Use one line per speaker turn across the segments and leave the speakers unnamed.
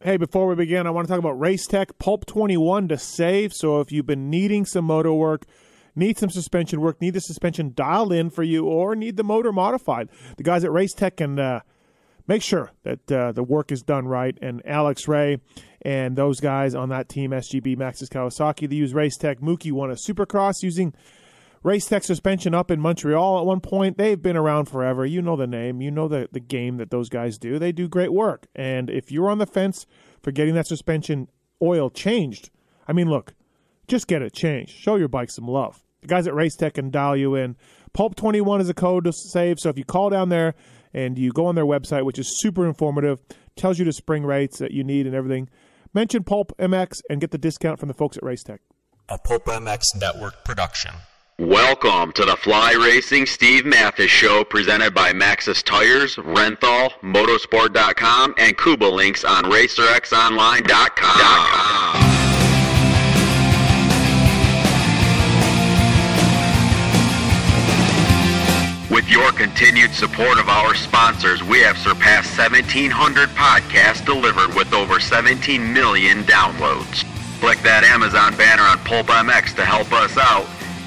Hey, before we begin, I want to talk about Race Tech Pulp 21 to save. So if you've been needing some motor work, need some suspension work, need the suspension dialed in for you, or need the motor modified, the guys at Race Tech can uh, make sure that uh, the work is done right. And Alex Ray and those guys on that team, SGB, Maxis Kawasaki, they use Race Tech. Mookie won a supercross using Race Tech suspension up in Montreal at one point. They've been around forever. You know the name, you know the, the game that those guys do. They do great work. And if you're on the fence for getting that suspension oil changed, I mean, look, just get it changed. Show your bike some love. The guys at Race Tech can dial you in. Pulp21 is a code to save. So if you call down there and you go on their website, which is super informative, tells you the spring rates that you need and everything, mention Pulp MX and get the discount from the folks at Race Tech.
A Pulp MX Network production.
Welcome to the Fly Racing Steve Mathis Show presented by Maxis Tires, Renthal, Motorsport.com, and Kuba Links on RacerXOnline.com. With your continued support of our sponsors, we have surpassed 1,700 podcasts delivered with over 17 million downloads. Click that Amazon banner on Pulp MX to help us out.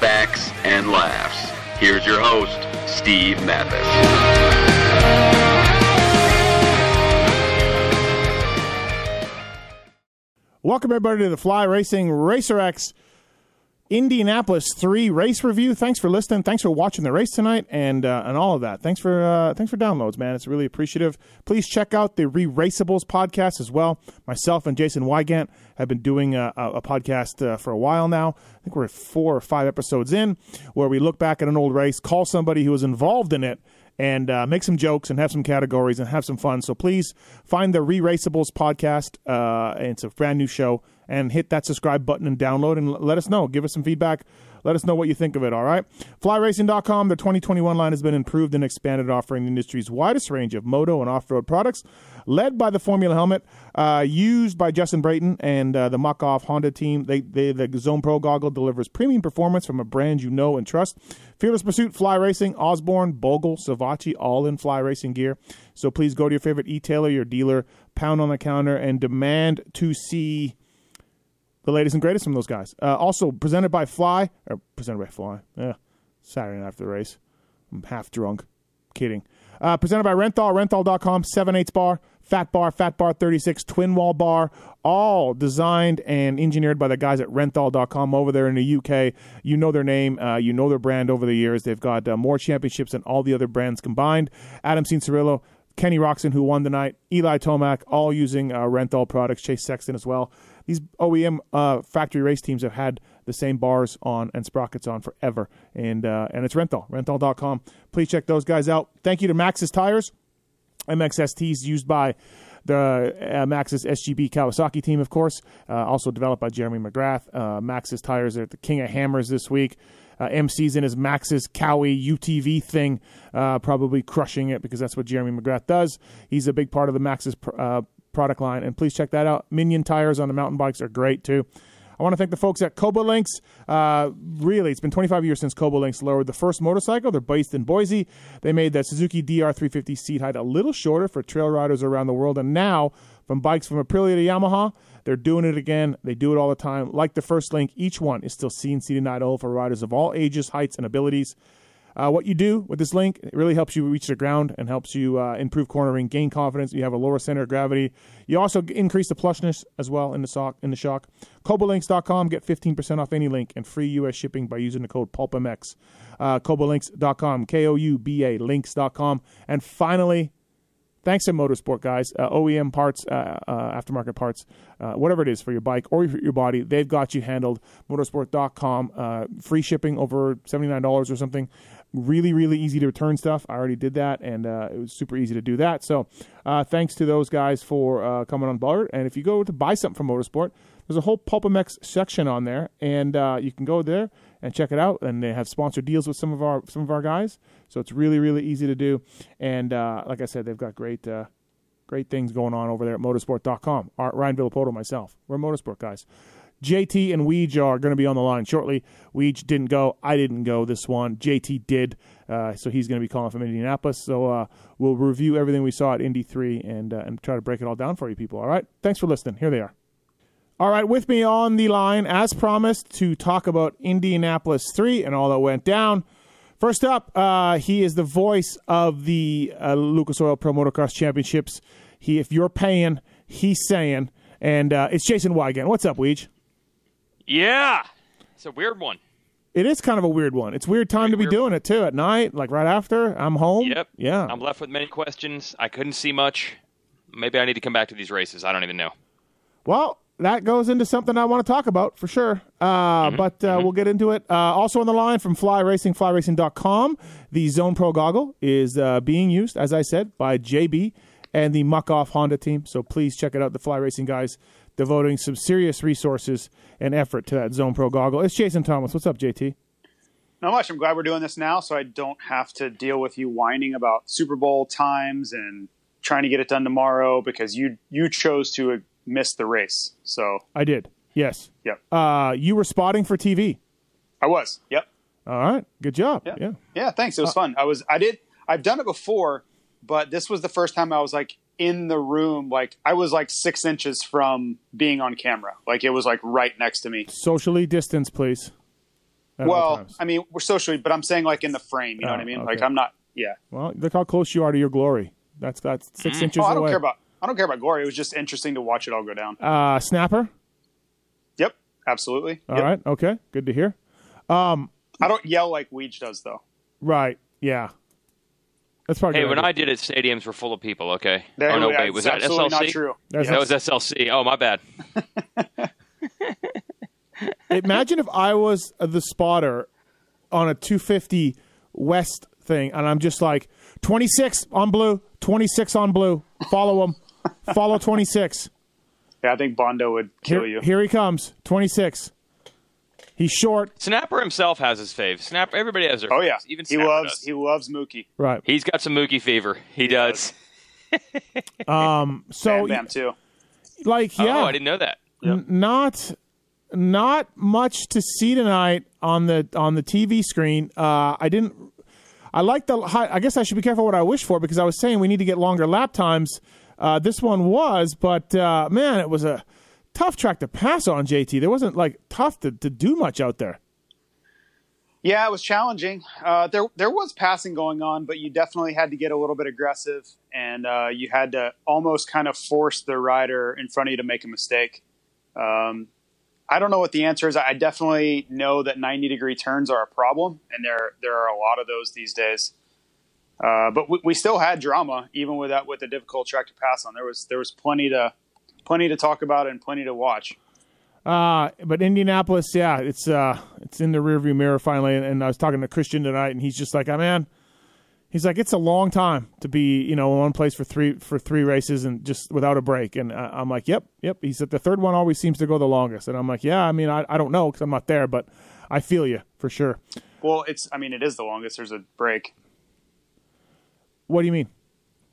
facts, and laughs. Here's your host, Steve Mathis.
Welcome, everybody, to the Fly Racing Racer X Indianapolis 3 race review. Thanks for listening. Thanks for watching the race tonight and uh, and all of that. Thanks for uh, thanks for downloads, man. It's really appreciative. Please check out the Re Raceables podcast as well. Myself and Jason Wygant have been doing a, a, a podcast uh, for a while now. I think we're at four or five episodes in where we look back at an old race, call somebody who was involved in it, and uh, make some jokes and have some categories and have some fun. So please find the Re Raceables podcast. Uh, and it's a brand new show. And hit that subscribe button and download and l- let us know. Give us some feedback. Let us know what you think of it, all right? Flyracing.com, their 2021 line has been improved and expanded, offering the industry's widest range of moto and off road products, led by the Formula helmet, uh, used by Justin Brayton and uh, the Muck Off Honda team. They, they, the Zone Pro goggle delivers premium performance from a brand you know and trust. Fearless Pursuit, Fly Racing, Osborne, Bogle, Savachi, all in Fly Racing gear. So please go to your favorite e-tailer, your dealer, pound on the counter, and demand to see the latest and greatest from those guys. Uh, also presented by Fly, or presented by Fly. Yeah, Saturday night after the race. I'm half drunk. Kidding. Uh, presented by Renthal, renthal.com, 7 8 bar, Fat Bar, Fat Bar 36, Twin Wall Bar, all designed and engineered by the guys at renthal.com over there in the UK. You know their name, uh, you know their brand over the years. They've got uh, more championships than all the other brands combined. Adam Cincirillo, Kenny Roxon, who won tonight, Eli Tomac, all using uh, Renthal products, Chase Sexton as well. These OEM uh, factory race teams have had the same bars on and sprockets on forever. And uh, and it's Renthal, renthal.com. Please check those guys out. Thank you to Max's Tires. MXSTs used by the uh, Maxis SGB Kawasaki team, of course, uh, also developed by Jeremy McGrath. Uh, Maxis tires are the king of hammers this week. Uh, MC's in his Maxis Cowie UTV thing, uh, probably crushing it because that's what Jeremy McGrath does. He's a big part of the Maxis pr- uh, product line, and please check that out. Minion tires on the mountain bikes are great too. I want to thank the folks at Cobolinks. Uh, really, it's been 25 years since Cobolinks lowered the first motorcycle. They're based in Boise. They made the Suzuki DR350 seat height a little shorter for trail riders around the world. And now, from bikes from Aprilia to Yamaha, they're doing it again. They do it all the time. Like the first link, each one is still CNC denied all for riders of all ages, heights, and abilities. Uh, what you do with this link it really helps you reach the ground and helps you uh, improve cornering, gain confidence. You have a lower center of gravity. You also g- increase the plushness as well in the sock in the shock. Cobolinks.com get 15% off any link and free U.S. shipping by using the code PulpMX. Uh, Cobolinks.com, K-O-U-B-A links.com, and finally thanks to motorsport guys uh, oem parts uh, uh, aftermarket parts uh, whatever it is for your bike or your your body they've got you handled motorsport.com uh, free shipping over $79 or something Really, really easy to return stuff. I already did that, and uh, it was super easy to do that. So, uh, thanks to those guys for uh, coming on board. And if you go to buy something from Motorsport, there's a whole Pulpamex section on there, and uh, you can go there and check it out. And they have sponsored deals with some of our some of our guys, so it's really, really easy to do. And uh, like I said, they've got great. Uh, great things going on over there at motorsport.com. Art, Ryan Villapoto, myself. We're motorsport guys. JT and Weege are going to be on the line shortly. Weege didn't go. I didn't go this one. JT did. Uh, so he's going to be calling from Indianapolis. So uh, we'll review everything we saw at Indy 3 and, uh, and try to break it all down for you people. All right? Thanks for listening. Here they are. All right, with me on the line, as promised, to talk about Indianapolis 3 and all that went down. First up, uh, he is the voice of the uh, Lucas Oil Pro Motocross Championships. He, if you're paying, he's saying, and uh, it's Jason Wygant. What's up, Weege?
Yeah, it's a weird one.
It is kind of a weird one. It's a weird time to be
Weird.
doing it too at night, like right after I'm home.
Yep.
Yeah.
I'm left with many questions. I couldn't see much. Maybe I need to come back to these races. I don't even know.
Well, that goes into something I want to talk about for sure. Uh, But uh, we'll get into it. Uh, also on the line from Fly Racing, flyracing.com, the Zone Pro goggle is uh, being used, as I said, by JB and the Muck Off Honda team. So please check it out. The Fly Racing guys devoting some serious resources and effort to that Zone Pro goggle. It's Jason Thomas. What's up, JT?
Not much. I'm glad we're doing this now, so I don't have to deal with you whining about Super Bowl times and trying to get it done tomorrow because you you chose to uh, miss the race. So,
I did. Yes.
yep,
Uh, you were spotting for TV.
I was. Yep,
All right. Good job. yeah.
yeah. Thanks. It was fun. I was. I did. I've done it before, but this was the first time I was like in the room. Like I was like six inches from being on camera. Like it was like right next to me.
Socially distance, please. At all
well,
times.
I mean, we're socially, but I'm saying like in the frame. You know
Oh,
what I mean?
okay.
Like I'm not. Yeah.
Well, look how close you are to your glory. That's that's six inches
Oh, I don't
away.
care about. I don't care about glory. It was just interesting to watch it all go down.
uh, snapper.
Yep, absolutely.
All
Yep.
right. Okay. Good to hear.
I don't yell like Weege does, though.
Right. Yeah. That's probably.
Hey,
good
when
idea.
I did it, stadiums were full of people. Okay.
That-
oh no,
that's
wait, was that
absolutely
SLC?
not true.
That's-
That was SLC. Oh my bad.
imagine if I was the spotter on a 250 West thing, and I'm just like 26 on blue, 26 on blue. Follow him. Follow 26.
Yeah, I think Bondo would kill
Here,
you.
here he comes. 26. He's short.
Snapper himself has his fave. Snapper. Everybody has their.
oh yeah,
faves. Even
he
Snapper
loves
does.
he loves Mookie.
Right.
He's got some Mookie fever. He, does.
So
Bam Bam too.
like yeah.
Oh, I didn't know that.
N- not not much to see tonight on the on the TV screen. Uh, I didn't. I like the. hi- I guess I should be careful what I wish for because I was saying we need to get longer lap times. Uh, this one was, but uh, man, it was a tough track to pass on. JT, there wasn't like tough to, to do much out there.
Yeah, it was challenging. Uh, there there was passing going on, but you definitely had to get a little bit aggressive, and uh, you had to almost kind of force the rider in front of you to make a mistake. Um, I don't know what the answer is. I definitely know that 90 degree turns are a problem, and there there are a lot of those these days. Uh, but we, we still had drama, even with that with a difficult track to pass on. There was there was plenty to plenty to talk about and plenty to watch.
Uh, but Indianapolis, yeah, it's uh, it's in the rearview mirror finally. And, and I was talking to Christian tonight, and he's just like, "Oh man," he's like, "It's a long time to be, you know, in one place for three for three races and just without a break." And I, I'm like, "Yep, yep." He said the third one always seems to go the longest, and I'm like, "Yeah, I mean, I, I don't know because I'm not there, but I feel you for sure."
Well, it's I mean it is the longest. There's a break.
What do you mean?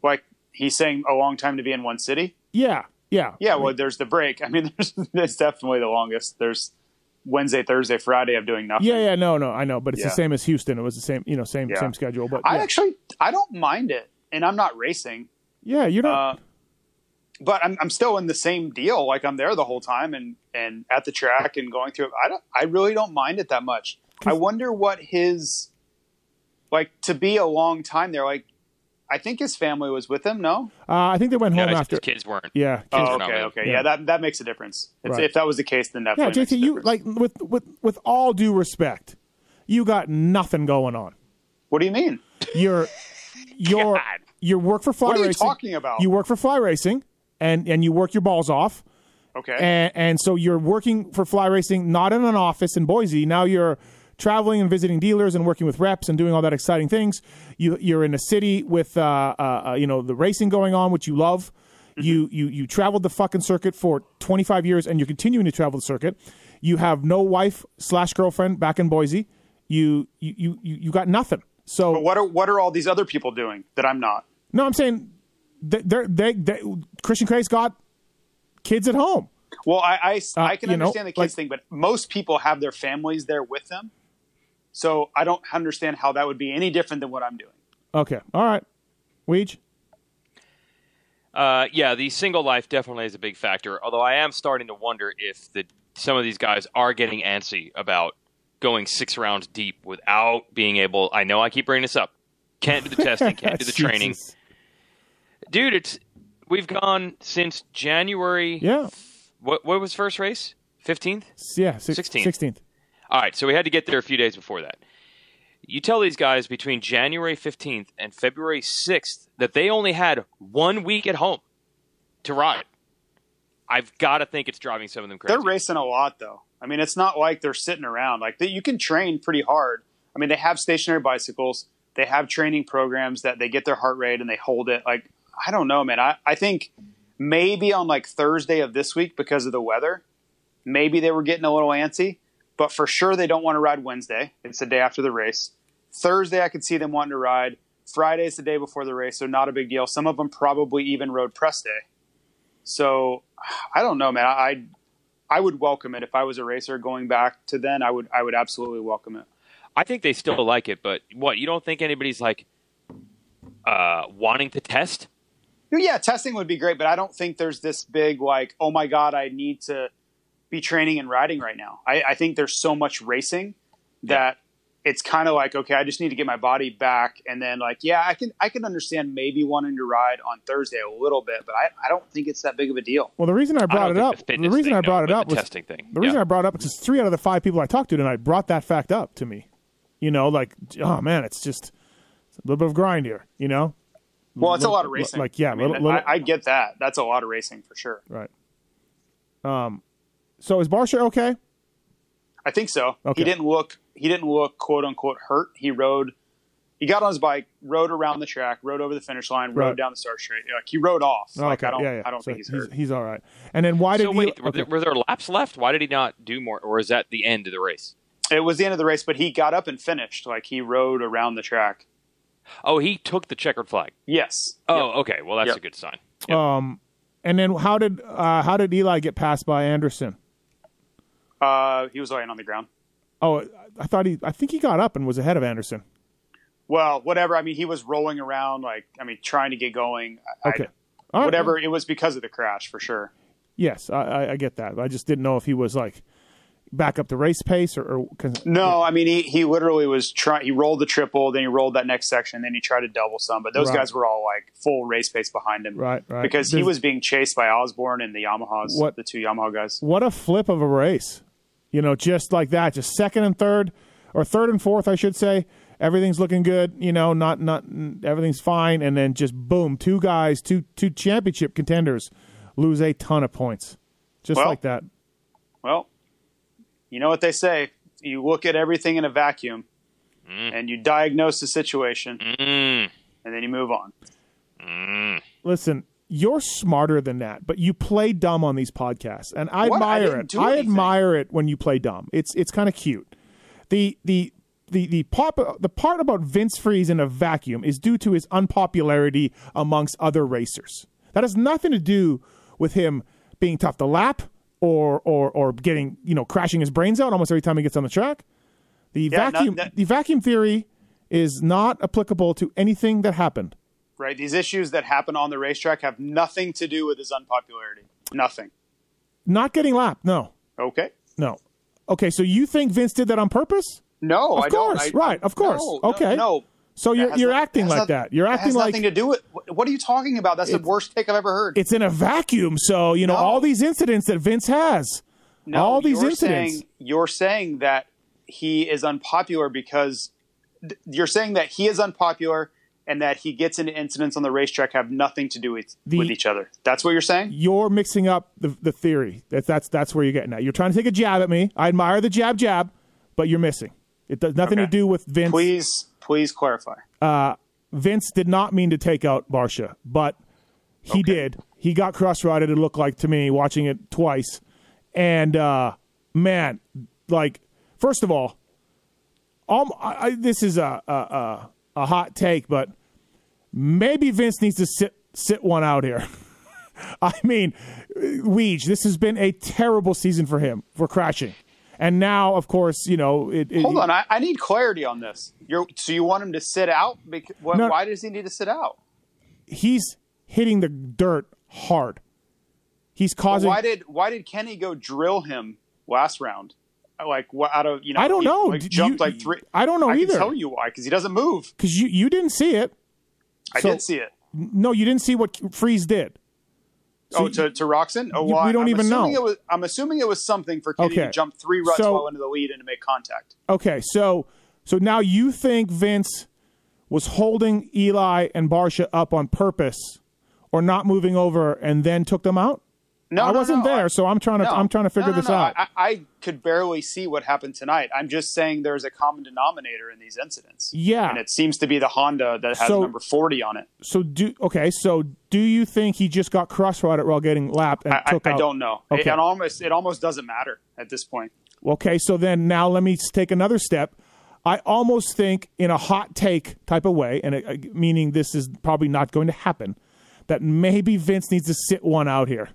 like he's saying a long time to be in one city.
Yeah, yeah,
Yeah, well, there's the break. I mean, there's, there's definitely the longest. There's Wednesday, Thursday, Friday of doing nothing.
yeah, yeah. No, no, I know, but it's the
Yeah.
same as Houston. It was the same, you know, same
Yeah.
same schedule. But
I
yeah.
actually I don't mind it, and I'm not racing,
yeah, you know,
uh, but I'm I'm still in the same deal. Like I'm there the whole time and and at the track and going through it. I don't I really don't mind it that much. I wonder what his like to be a long time there. Like I think his family was with him. No,
uh, I think they went
No,
home
it's-
after.
his kids weren't.
Yeah,
oh,
were not with
okay,
him.
okay,
Yeah.
yeah. that that makes a difference. If,
Right.
if that was the case, then
Yeah,
definitely. makes a
JT, you
difference.
like with with with all due respect, you got nothing going on.
What do you mean?
You're you're you work for fly
What are you
racing.
talking about?
You work for fly racing, and and you work your balls off,
Okay.
and and so you're working for fly racing, not in an office in Boise. Now you're traveling and visiting dealers and working with reps and doing all that exciting things. You, you're in a city with uh, uh, uh, you know the racing going on, which you love.
Mm-hmm.
You you you traveled the fucking circuit for 25 years, and you're continuing to travel the circuit. You have no wife slash girlfriend back in Boise. You you you you you got nothing. So
But what are what are all these other people doing that I'm not?
no, I'm saying they, they're, they they Christian Craig's got kids at home.
Well, I I, s-
Uh,
I can
you know,
understand the kids
like-
thing, but most people have their families there with them, so I don't understand how that would be any different than what I'm doing.
Okay, all right, Weege.
Uh, yeah, the single life definitely is a big factor. Although I am starting to wonder if the some of these guys are getting antsy about going six rounds deep without being able. I know I keep bringing this up. Can't do the testing. Can't do the training.
Jesus.
dude it's we've gone since january
Yeah,
what, what was first race 15th
yeah, six,
16th.
16th.
all right so we had to get there a few days before that you tell these guys between january 15th and february 6th that they only had one week at home to ride i've got to think it's driving some of them crazy
They're racing a lot though. I mean, it's not like they're sitting around. Like they, you can train pretty hard. I mean, they have stationary bicycles. They have training programs that they get their heart rate and they hold it. Like I don't know, man. I, I think maybe on like Thursday of this week because of the weather, maybe they were getting a little antsy. But for sure, they don't want to ride Wednesday. It's the day after the race. Thursday, I could see them wanting to ride. Friday's the day before the race, so not a big deal. Some of them probably even rode press day. So I don't know, man. I I would welcome it if I was a racer going back to then. I would I would absolutely welcome it.
i think they still like it but what you don't think anybody's like uh, wanting to test
Yeah, testing would be great, but I don't think there's this big like, oh my god, I need to be training and riding right now. I, I think there's so much racing that it's kind of like, okay, I just need to get my body back, and then like, yeah, I can I can understand maybe wanting to ride on Thursday a little bit, but I, I don't think it's that big of a deal.
Well, the reason I brought
I
it
don't think
up, the
the fitness
reason
thing,
I
no,
brought it
but
up
the
was
testing thing
The reason
yeah.
I brought it up is 'cause three out of the five people I talked to tonight brought that fact up to me. You know, like, oh man, it's just it's a little bit of grind here. You know,
Well, it's a
Little-
lot of racing.
like, yeah,
I, mean,
little- little-
I, I get that. That's a lot of racing for sure.
right? Um, so is Barsha okay?
I think so.
Okay.
He didn't look he didn't look quote unquote hurt. He rode he got on his bike, rode around the track, rode over the finish line,
Right. Oh,
rode down the start straight. Like he rode off. Like I don't I don't
So
think he's hurt.
He's, all right. And then why did
so
you-
wait were,
okay.
there, were there laps left why did he not do more or is that the end of the race
It was the end of the race, but he got up and finished. Like he rode around the track.
oh he took the checkered flag
Yes.
Oh, okay. Well, that's
Yep.
a good sign.
um, and then how did uh, how did Eli get passed by Anderson?
Uh, he was laying on the ground.
Oh, I thought he. I think he got up and was ahead of Anderson.
Well, whatever. I mean, he was rolling around like I mean, trying to get going. I- I-
Okay. All right.
whatever. It was because of the crash for sure.
Yes, I, I, I get that. I just didn't know if he was like back up the race pace or, or 'cause-
No, I mean he, he literally was trying. He rolled the triple, then he rolled that next section, then he tried to double some. But those
Right.
guys were all like full race pace behind him,
Right, right.
Because he
There's-
was being chased by Osborne and the Yamahas,
What-
the two Yamaha guys.
What a flip of a race, you know, just like that, just second and third, or third and fourth, I should say. Everything's looking good, you know, not not n- everything's fine, and then just boom, two guys, two two championship contenders, lose a ton of points, just
Well-
like that.
Well, you know what they say: you look at everything in a vacuum, and you diagnose the situation,
Mm.
and then you move on.
Listen, you're smarter than that, but you play dumb on these podcasts, and I
What? I
admire
didn't
it.
do
I
anything.
admire it when you play dumb. It's it's kind of cute. The the the the pop the part about Vince Freeze in a vacuum is due to his unpopularity amongst other racers. That has nothing to do with him being tough to lap or or or getting you know crashing his brains out almost every time he gets on the track. The
Yeah, not-
vacuum
that-
the vacuum theory is not applicable to anything that happened.
Right? These issues that happen on the racetrack have nothing to do with his unpopularity. Nothing.
Not getting lapped, no.
Okay.
No. Okay, so you think Vince did that on purpose?
No,
Of
I
course,
don't. I-
right, of course.
No,
Okay.
No. no.
So
That
you're
has
you're
noth-
acting
has
like
noth-
that. You're acting
has
like
nothing to do with. wh- What are you talking about? That's the worst take I've ever heard.
it's in a vacuum. So you know
No.
all these incidents that Vince has,
No,
all these
you're
incidents.
Saying, you're saying that he is unpopular because th- you're saying that he is unpopular and that he gets into incidents on the racetrack have nothing to do with,
The-
with each other. That's what you're saying.
you're mixing up the the theory. That that's that's where you're getting at. You're trying to take a jab at me. I admire the jab jab, but you're missing. It does nothing to
Okay.
do with Vince.
Please, please clarify.
Vince did not mean to take out Barsha, but he did. He got cross-routed. It looked like to me watching it twice, and uh, man, like first of all, um, I, I, this is a, a a a hot take, but maybe Vince needs to sit sit one out here. I mean, Weege, this has been a terrible season for him for crashing, and now of course you know it. it
Hold on, I, I need clarity on this. You're, so you want him to sit out? Because,
No.
Why does he need to sit out?
he's hitting the dirt hard. He's causing.
Why did Why did Kenny go drill him last round? Like wh- out of you know?
I don't
he,
know.
Like,
Did
jumped
you-
like three.
I don't know
I
either.
Can tell you why? Because he doesn't move.
Because you you didn't see it.
I
So-
did see it.
No, you didn't see what Freeze did.
oh, to, to Roxon? Oh,
you-
well,
we don't
I'm
even
assuming
know.
It was, I'm assuming it was something for Kenny
Okay.
to jump three ruts
So-
well into the lead and to make contact.
Okay, so so now you think Vince was holding Eli and Barsha up on purpose, or not moving over, and then took them out?
No,
I
no,
wasn't
no.
there, so I'm trying to
No.
I'm trying to figure
No, no,
this
no.
out.
I, I could barely see what happened tonight. I'm just saying there's a common denominator in these incidents.
Yeah.
and it seems to be the Honda that has
So-
number forty on it.
so do okay. So do you think he just got crossroaded while getting lapped and
I, I,
took out?
I don't know. It-
Okay.
It, almost it almost doesn't matter at this point.
Okay, so then now let me s- take another step. I almost think, in a hot take type of way, and uh, meaning this is probably not going to happen, that maybe Vince needs to sit one out here,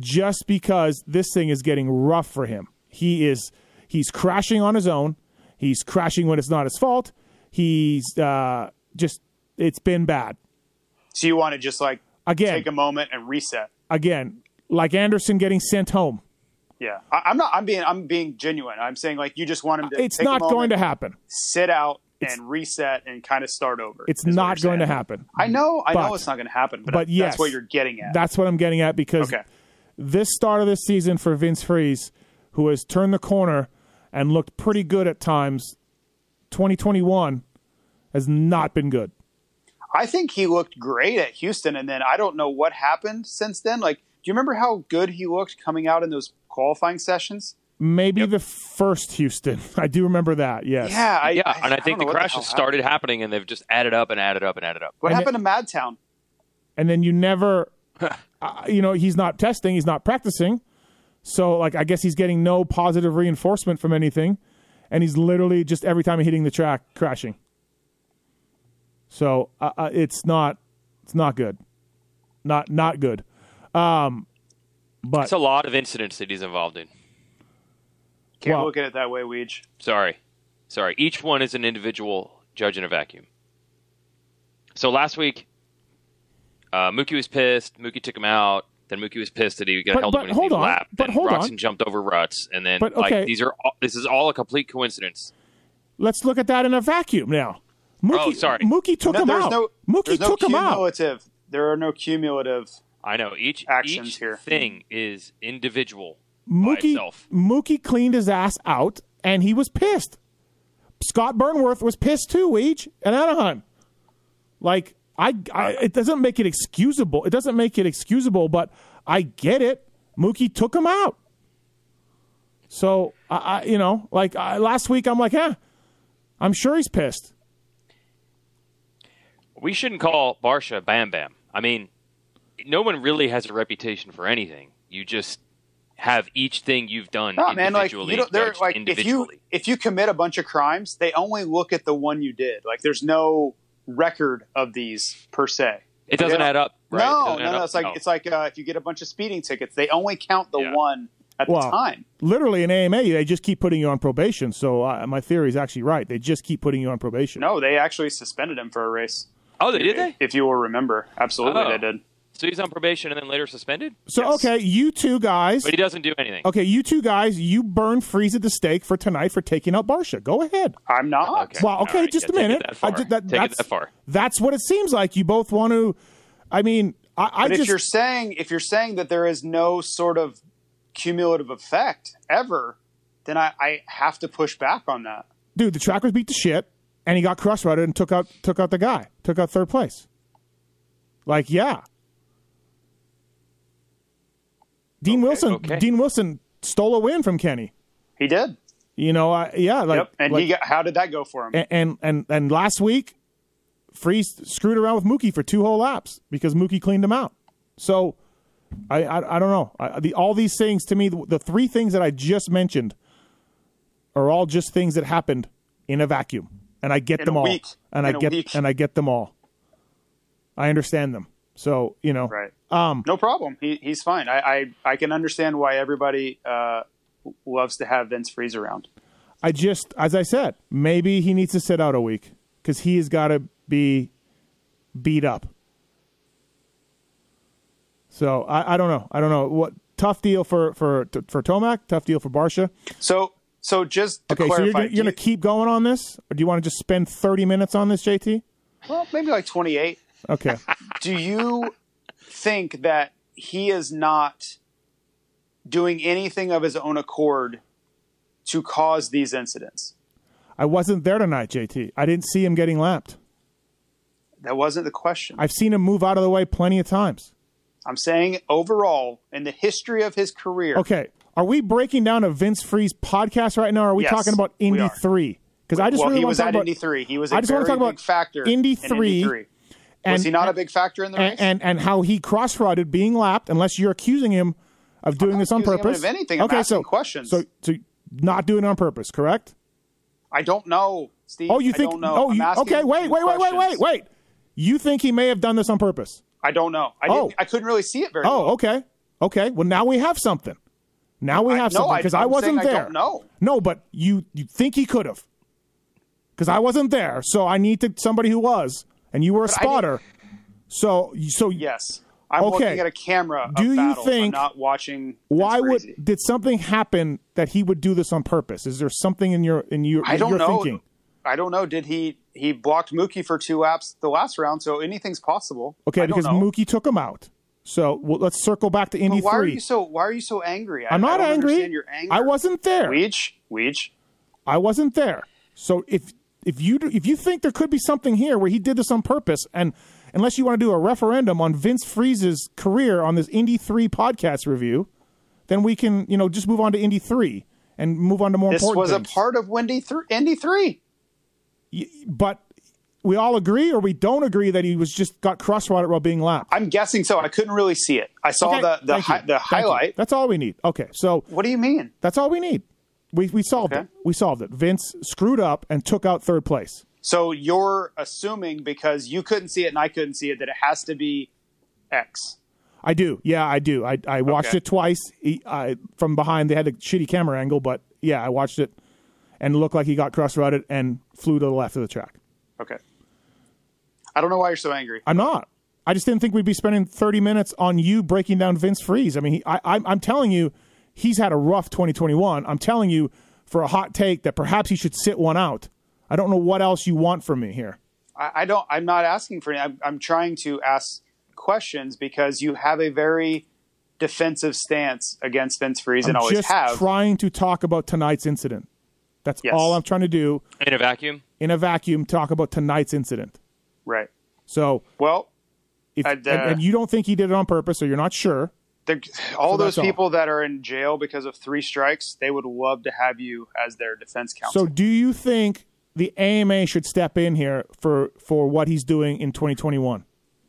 just because this thing is getting rough for him. He is he's crashing on his own. He's crashing when it's not his fault. He's uh, just it's been bad
So you want to just like
again.
take a moment and reset.
again, like Anderson getting sent home.
Yeah, I, I'm not. I'm being. I'm being genuine. I'm saying like you just want him to.
It's
take a
not going
moment,
to happen.
sit out and reset and kind of start over.
It's
is what
not
you're
going to
saying.
happen.
I know. I
But-
know it's not going to happen. But,
but yes.
that's what you're getting at.
That's what I'm getting at because
okay.
this start of this season for Vince Freeze, who has turned the corner and looked pretty good at times, 2021 has not been good.
I think he looked great at Houston, and then I don't know what happened since then. Like, do you remember how good he looked coming out in those qualifying sessions?
Maybe the first Houston. I do remember that. Yes.
Yeah, I,
yeah, and I, think
don't
the
know what
crashes
hell happened.
started happening, and they've just added up and added up and added up.
What
And
happened to Madtown?
And then you never, uh, you know, he's not testing, he's not practicing. So, like, I guess he's getting no positive reinforcement from anything. And he's literally just every time hitting the track, crashing. So uh, uh, it's not, it's not good, not not good. Um, but
It's a lot of incidents that he's involved in.
Can't
Well-
look at it that way, Weege.
Sorry. Sorry. Each one is an individual judge in a vacuum. So last week, uh, Mookie was pissed. Mookie took him out. Then Mookie was pissed that he got
But-
held
but
up when he
hold on.
lap.
But
then
hold
Roxon
on.
jumped over ruts. And then
But, okay.
like these are all, this is all a complete coincidence.
let's look at that in a vacuum now. Mookie,
Oh, sorry.
Mookie took
No,
him
there's
out.
no
Mookie
there's no
took him out.
cumulative. There are no cumulative.
I know each
Actions
each
here.
thing is individual by
Mookie,
itself.
Mookie cleaned his ass out, and he was pissed. Scott Burnworth was pissed too. Weege and Anaheim. Like I, I, it doesn't make it excusable. It doesn't make it excusable, but I get it. Mookie took him out. So I, I you know, like I, last week, I'm like, eh, I'm sure he's pissed.
We shouldn't call Barsha Bam Bam. I mean, no one really has a reputation for anything. You just have each thing you've done
No, man, like
individually
you don't. They're
judged
like if you
individually.
if you commit a bunch of crimes, they only look at the one you did. Like, there's no record of these per se.
It doesn't
Yeah.
add up. Right? It
No,
doesn't
no,
add
no.
up.
It's like it's like uh, if you get a bunch of speeding tickets, they only count the
Yeah.
one at
Well,
the time.
literally in AMA, they just keep putting you on probation. So uh, my theory is actually right. They just keep putting you on probation.
No, they actually suspended him for a race.
oh, they did
If,
they?
if you will remember, absolutely
Oh.
they did.
So he's on probation and then later suspended,
So
yes.
okay, you two guys.
but he doesn't do anything.
Okay, you two guys, you burn freeze at the stake for tonight for taking out Barsha. Go ahead.
I'm not.
Well,
All
okay,
right,
just
yeah,
a
take it
minute.
that far.
ju-
Take it
that's,
that far.
That's what it seems like. You both want to. I mean, I, I
But
just
if you're saying if you're saying that there is no sort of cumulative effect ever, then I, I have to push back on that.
dude, the track was beat to shit, and he got cross routed and took out took out the guy, took out third place. Like, yeah. Dean Wilson.
okay.
Dean Wilson stole a win from Kenny.
He did.
You know, I, yeah, like,
yep. And
like- Eh.
he got, how did that go for him?
and and and, and last week, Freeze screwed around with Mookie for two whole laps because Mookie cleaned him out. So, I I, I don't know. I, the, all these things to me, the, the three things that I just mentioned, are all just things that happened in a vacuum, and I get
In
them
a
all,
week.
and
In
I
a
get
week.
and I get them all. I understand them. So you know,
right.
um,
No problem. He, he's fine. I, I, I can understand why everybody uh, loves to have Vince Freeze around.
I just, as I said, maybe he needs to sit out a week because he has got to be beat up. So I, I don't know. I don't know what tough deal for for for Tomac. Tough deal for Barsha.
So so just to
Okay, so you're
clarify,
gonna,
do
you're gonna
you-
keep going on this, or do you want to just spend thirty minutes on this, JT?
well maybe like 28.
Okay,
do you think that he is not doing anything of his own accord to cause these incidents?
I wasn't there tonight, JT. I didn't see him getting lapped.
That wasn't the question.
I've seen him move out of the way plenty of times.
I'm saying overall in the history of his career.
Okay, are we breaking down a Vince Freeze podcast right now? Or are we
Yes,
talking about
we
Indy
are.
three? Because I just
well,
really
he
want
was
to talk
at
about
Indy three. He was a
I just
very
wanna talk
big
about
factor.
Indy
in
three. and-
Was he not a big factor in the race?
and, and and how he cross routed being lapped, unless you're accusing him of doing this on
accusing him
purpose.
of anything. I'm
okay,
asking
so
questions.
so so not doing it on purpose, correct?
I don't know, Steve.
Oh, you
I
think?
don't know.
Oh,
I'm
you,
asking
okay. Wait,
you
wait, wait, wait, wait,
questions.
wait. You think he may have done this on purpose?
I don't know. I
Oh.
didn't, I couldn't really see it very. well.
Oh, okay, okay. Well, now we have something. Now we
I-
have
no,
something
I-
because I,
I'm saying
wasn't
I
there.
don't know.
No, but you you think he could have? Because I wasn't there, so I need to somebody who was, and you were a
I didn't-
spotter. So so
Yes. I'm
Okay.
looking at a camera. of
Do you
battles. I'm
think-
not watching?
why
It's
would
crazy.
did something happen that he would do this on purpose? Is there something in your in your
I don't
your
know.
thinking?
I don't know. Did he he blocked Mookie for two laps the last round? So anything's possible.
Okay,
I don't
because
know.
Mookie took him out. So well, let's circle back to Indy
But why are
three.
you so Why are you so angry? I,
I'm not
I don't
angry.
Understand your anger.
I wasn't there.
Weech. Weech.
I wasn't there. So if if you do, if you think there could be something here where he did this on purpose, and unless you want to do a referendum on Vince Freeze's career on this Indy three podcast review, then we can you know just move on to Indy three and move on to more
This
important.
was a
things.
part of Wendy thr Indy three.
but we all agree or we don't agree that he was just got crosswired while being lapped.
I'm guessing so. I couldn't really see it. I saw
Okay,
the the,
thank you.
hi- the
Thank you.
highlight.
That's all we need. Okay, so
What do you mean?
that's all we need. We we solved
Okay.
it. We solved it. Vince screwed up and took out third place.
So you're assuming because you couldn't see it and I couldn't see it that it has to be X.
I do. Yeah, I do. I I watched
Okay.
it twice He- I, from behind. They had a shitty camera angle, but yeah, I watched it and it looked like he got crossrouted and flew to the left of the track.
Okay. I don't know why you're so angry.
I'm not. I just didn't think we'd be spending 30 minutes on you breaking down Vince Freeze. I mean, he, I, I'm, I'm telling you, he's had a rough 2021. I'm telling you for a hot take that perhaps he should sit one out. I don't know what else you want from me here.
I, I don't. I'm not asking for. any- I'm, I'm trying to ask questions because you have a very defensive stance against Vince Freeze and
I'm
always
just
have.
trying to talk about tonight's incident. That's
Yes.
all I'm trying to do
in a vacuum.
in a vacuum, talk about tonight's incident.
right.
So
Well,
if
I'd,
and,
uh,
and you don't think he did it on purpose or you're not sure,
there- all
that's
those
all.
people that are in jail because of three strikes, they would love to have you as their defense counsel.
So, do you think the AMA should step in here for for what he's doing in 2021?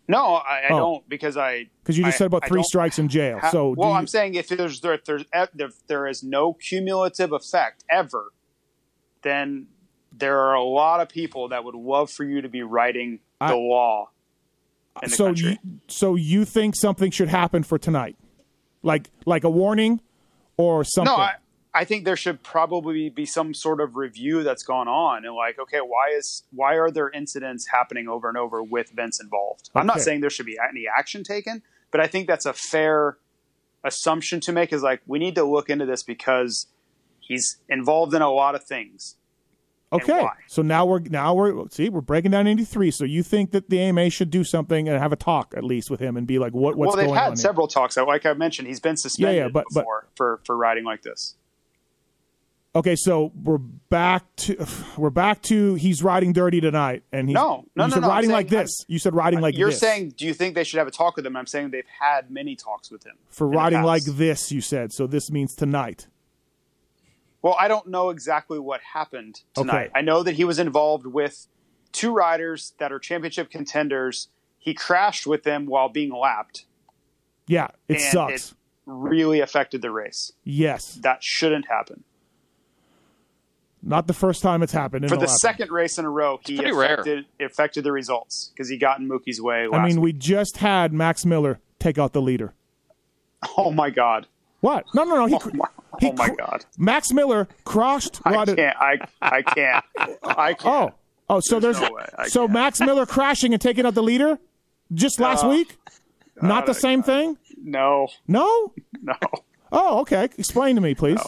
no, I, I
Oh.
don't because I
Because you just
I-
said about
I
three
don't
strikes in jail.
ha-
so, do
well,
you,
I'm saying if there's there, if there's if there is no cumulative effect ever, then there are a lot of people that would love for you to be writing the
I-
law in the
so
country.
you so you think something should happen for tonight, like like a warning or something?
No, I, I think there should probably be some sort of review that's gone on and like, okay, why is why are there incidents happening over and over with Vince involved? I'm not
Okay.
saying there should be any action taken, but I think that's a fair assumption to make is like we need to look into this because he's involved in a lot of things.
okay.
why?
So now we're now we're see we're breaking down 83. So you think that the AMA should do something and have a talk at least with him and be like, what what's
well, they've
going
had
on? here?
several talks. Like I mentioned, he's been suspended
but- but-
before for for riding like this.
Okay, so we're back to we're back to he's riding dirty tonight, and he's,
No, no,
you
no,
said
no, I'm
riding
saying-
like this. you said riding like
You're
this.
saying, do you think they should have a talk with him? I'm saying they've had many talks with him
for
in the
riding like
past.
this. You said so. This means tonight.
Well, I don't know exactly what happened tonight.
Okay.
I know that he was involved with two riders that are championship contenders. He crashed with them while being lapped.
Yeah, it
And
sucks.
it- Really affected the race.
yes,
That shouldn't happen.
not the first time it's happened.
For
It'll
the
happen.
second race in a row, he
pretty rare.
affected, affected the results because he got in Mookie's way. Last
I mean,
week.
we just had Max Miller take out the leader.
oh my god,
What? No, no, no. He, cr-
oh my,
he
oh my
cr-
god,
Max Miller crushed.
I
Rodde-
can't, I, I can't, I can't.
Oh, oh. So there's,
There's no way. I
so
can't. Uh,
Max Miller crashing and taking out the leader just last week. Not the same thing.
No,
No.
no.
Oh, okay. Explain to me, please.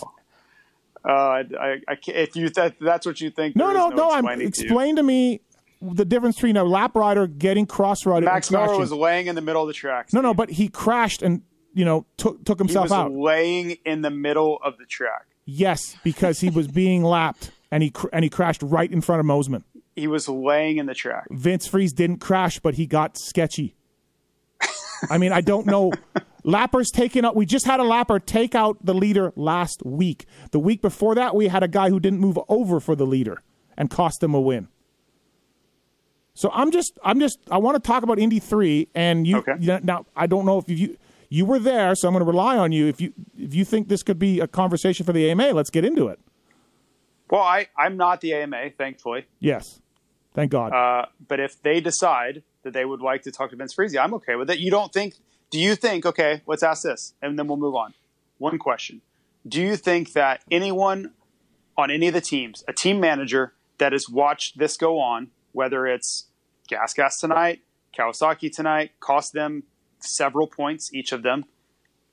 Uh, I, I, I can't, if you that, that's what you think.
No,
there is
no, no. I'm
explaining to you.
explain to me the difference between a lap rider getting cross rider
Max
and crashing.
Miller was laying in the middle of the tracks.
no, no, but he crashed and you know took took
he was
himself out.
laying in the middle of the track.
yes, because he was being lapped and he cr- and he crashed right in front of Mosman.
He was laying in the track.
Vince Freeze didn't crash, but he got sketchy. I mean, I don't know. Lappers taking out. We just had a lapper take out the leader last week. The week before that, we had a guy who didn't move over for the leader and cost them a win. So I'm just, I'm just, I want to talk about Indy three, and you,
Okay.
you- now I don't know if you, you were there, so I'm going to rely on you. If you, if you think this could be a conversation for the AMA, let's get into it.
Well, I, I'm not the AMA, thankfully.
Yes, thank God.
Uh, but if they decide that they would like to talk to Vince Freezy, I'm okay with it. You don't think? Do you think? Okay, let's ask this, and then we'll move on. One question: Do you think that anyone on any of the teams, a team manager that has watched this go on, whether it's Gas Gas tonight, Kawasaki tonight, cost them several points each of them.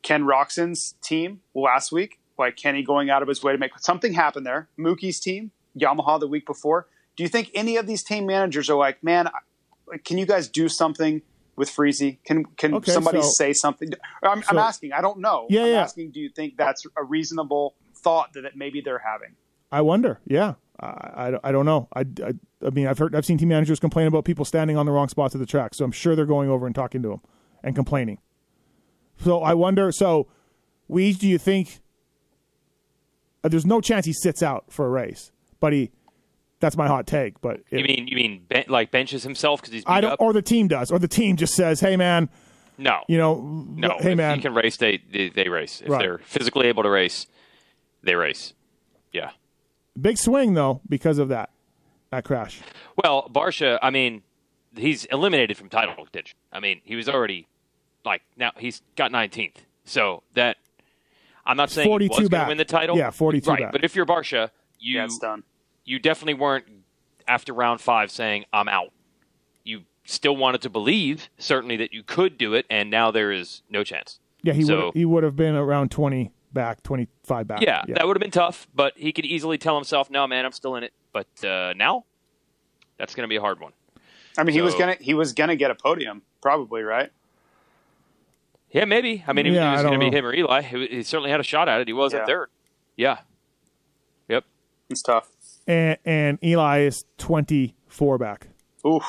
Ken Roxon's team last week, like Kenny going out of his way to make something happen there. Mookie's team, Yamaha the week before. Do you think any of these team managers are like, man, I- like, can you guys do something with Freezy? Can can
Okay,
somebody
so-
say something? I'm, I'm
so-
asking. I don't know.
Yeah,
I'm
yeah.
asking. Do you think that's a reasonable thought that, that maybe they're having?
I wonder. Yeah, I, I, I don't know. I, I, I mean, I've heard, I've seen team managers complain about people standing on the wrong spots of the track, so I'm sure they're going over and talking to them and complaining. So I wonder. So, Weege, do you think uh, there's no chance he sits out for a race? But he, that's my hot take. But
You
if-
mean you mean ben, like benches himself because he's beat
I don't,
up?
or the team does, or the team just says, "Hey man,
no,
you know,
no.
hey
if
man,
you can race, they they, they race. If
Right.
they're physically able to race, they race. Yeah.
big swing though because of that that crash."
Well, Barsha, I mean, he's eliminated from title contention. I mean, he was already like now he's got 19th. So that I'm not saying he
42
was going
back.
to win the title.
Yeah, 42
Right,
back.
but if you're Barsha, you
Yeah, it's done.
you definitely weren't after round five saying I'm out. You still wanted to believe certainly that you could do it, and now there is no chance.
Yeah, he
So-
would he would have been around twenty back, twenty five back.
Yeah, that would have been tough, but he could easily tell himself, "No, man, I'm still in it." But uh, now, that's going to be a hard one.
I mean, he was
So-
gonna he was gonna get a podium, probably, right?
Yeah, maybe. I mean, it-
Yeah,
it
I
was
don't
going to be
know.
him or Eli. He, he certainly had a shot at it. He was
Yeah.
at third. Yeah. Yep.
It's tough.
and, and Eli is 24 back.
Ooh,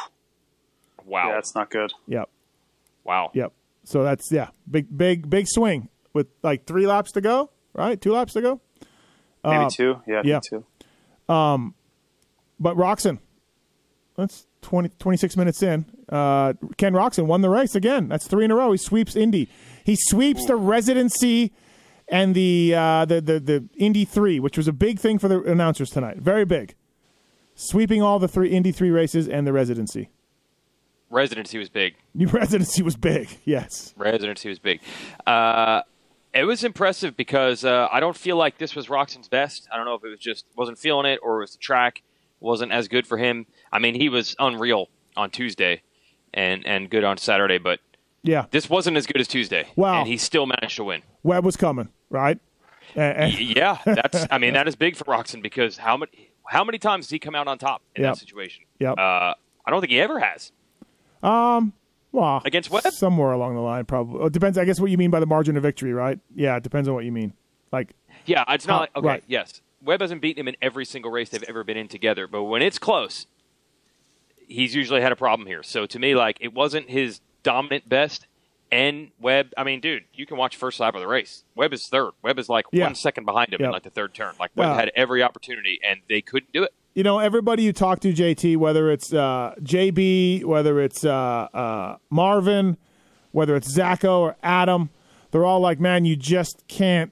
Wow.
yeah, that's not good.
Yep.
wow.
Yep. So that's yeah, big big big swing with like 3 laps to go, right? 2 laps to go.
Maybe two. Yeah, I
Uh,
think
yeah.
two.
But Roxon that's 20, 26 minutes in. Uh, Ken Roxon won the race again. That's 3 in a row. He sweeps Indy. He sweeps the residency and the uh the the the Indy 3, which was a big thing for the announcers tonight. Very big. Sweeping all the 3 Indy 3 races and the residency.
Residency was big.
The residency was big. Yes.
Residency was big. Uh, it was impressive because uh, I don't feel like this was Roxon's best. I don't know if it was just wasn't feeling it or it was the track wasn't as good for him. I mean, he was unreal on Tuesday and and good on Saturday, but
Yeah.
this wasn't as good as Tuesday.
Wow.
And he still managed to win.
Webb was coming, right? And, and-
Yeah, that's. I mean, that is big for Roxon because how many how many times has he come out on top in
Yep.
that situation?
Yep.
Uh, I don't think he ever has.
well,
against Webb?
somewhere along the line, probably. It depends, I guess, what you mean by the margin of victory, right? Yeah, it depends on what you mean. Like,
Yeah, it's
Huh,
not like okay.
right.
Yes, Webb hasn't beaten him in every single race they've ever been in together, but when it's close, he's usually had a problem here. So to me, like it wasn't his dominant best, And Webb, I mean, dude, you can watch first lap of the race. Webb is third. Webb is like
Yeah.
one second behind him
Yeah.
in like the third turn. Like Webb
Yeah.
had every opportunity and they couldn't do it.
you know, everybody you talk to, JT, whether it's uh, JB, whether it's uh, uh, Marvin, whether it's Zacho or Adam, they're all like, man, you just can't,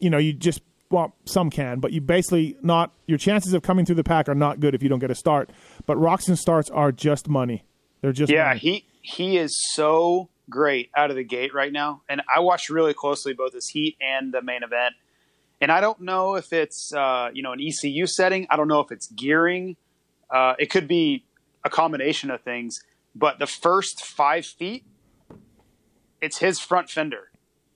you know, you just, well, some can, but you basically not, your chances of coming through the pack are not good if you don't get a start. But rocks and starts are just money. They're just
Yeah,
money.
he he is so great out of the gate right now, and I watched really closely both his heat and the main event. And I don't know if it's uh, you know an ECU setting. I don't know if it's gearing. Uh, it could be a combination of things. But the first five feet, it's his front fender,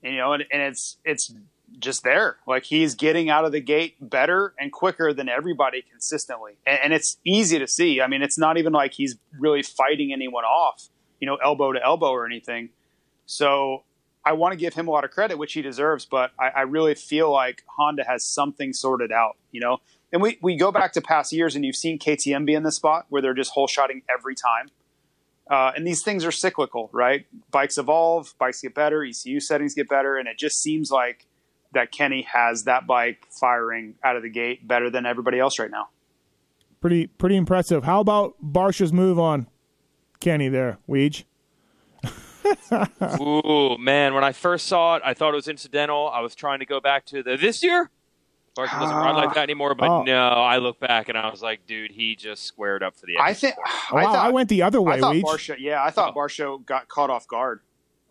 and, you know, and, and it's it's just there. Like he's getting out of the gate better and quicker than everybody consistently. And, and it's easy to see. I mean, it's not even like he's really fighting anyone off, you know, elbow to elbow or anything. So I want to give him a lot of credit, which he deserves, but I, I really feel like Honda has something sorted out, you know? And we, we go back to past years and you've seen KTM be in this spot where they're just hole shotting every time. Uh, and these things are cyclical, right? Bikes evolve, bikes get better, ECU settings get better, and it just seems like that Kenny has that bike firing out of the gate better than everybody else right now.
Pretty, pretty impressive. How about Barsha's move on Kenny there, Weege?
Ooh, man. When I first saw it, I thought it was incidental. I was trying to go back to the this year. Barkley doesn't ride like that anymore, but
Oh.
no, I look back and I was like, dude, he just squared up for the
I think
Oh, wow,
I thought
I went the other way,
I thought
Weege.
Barsha, yeah, I thought Barsha got caught off guard.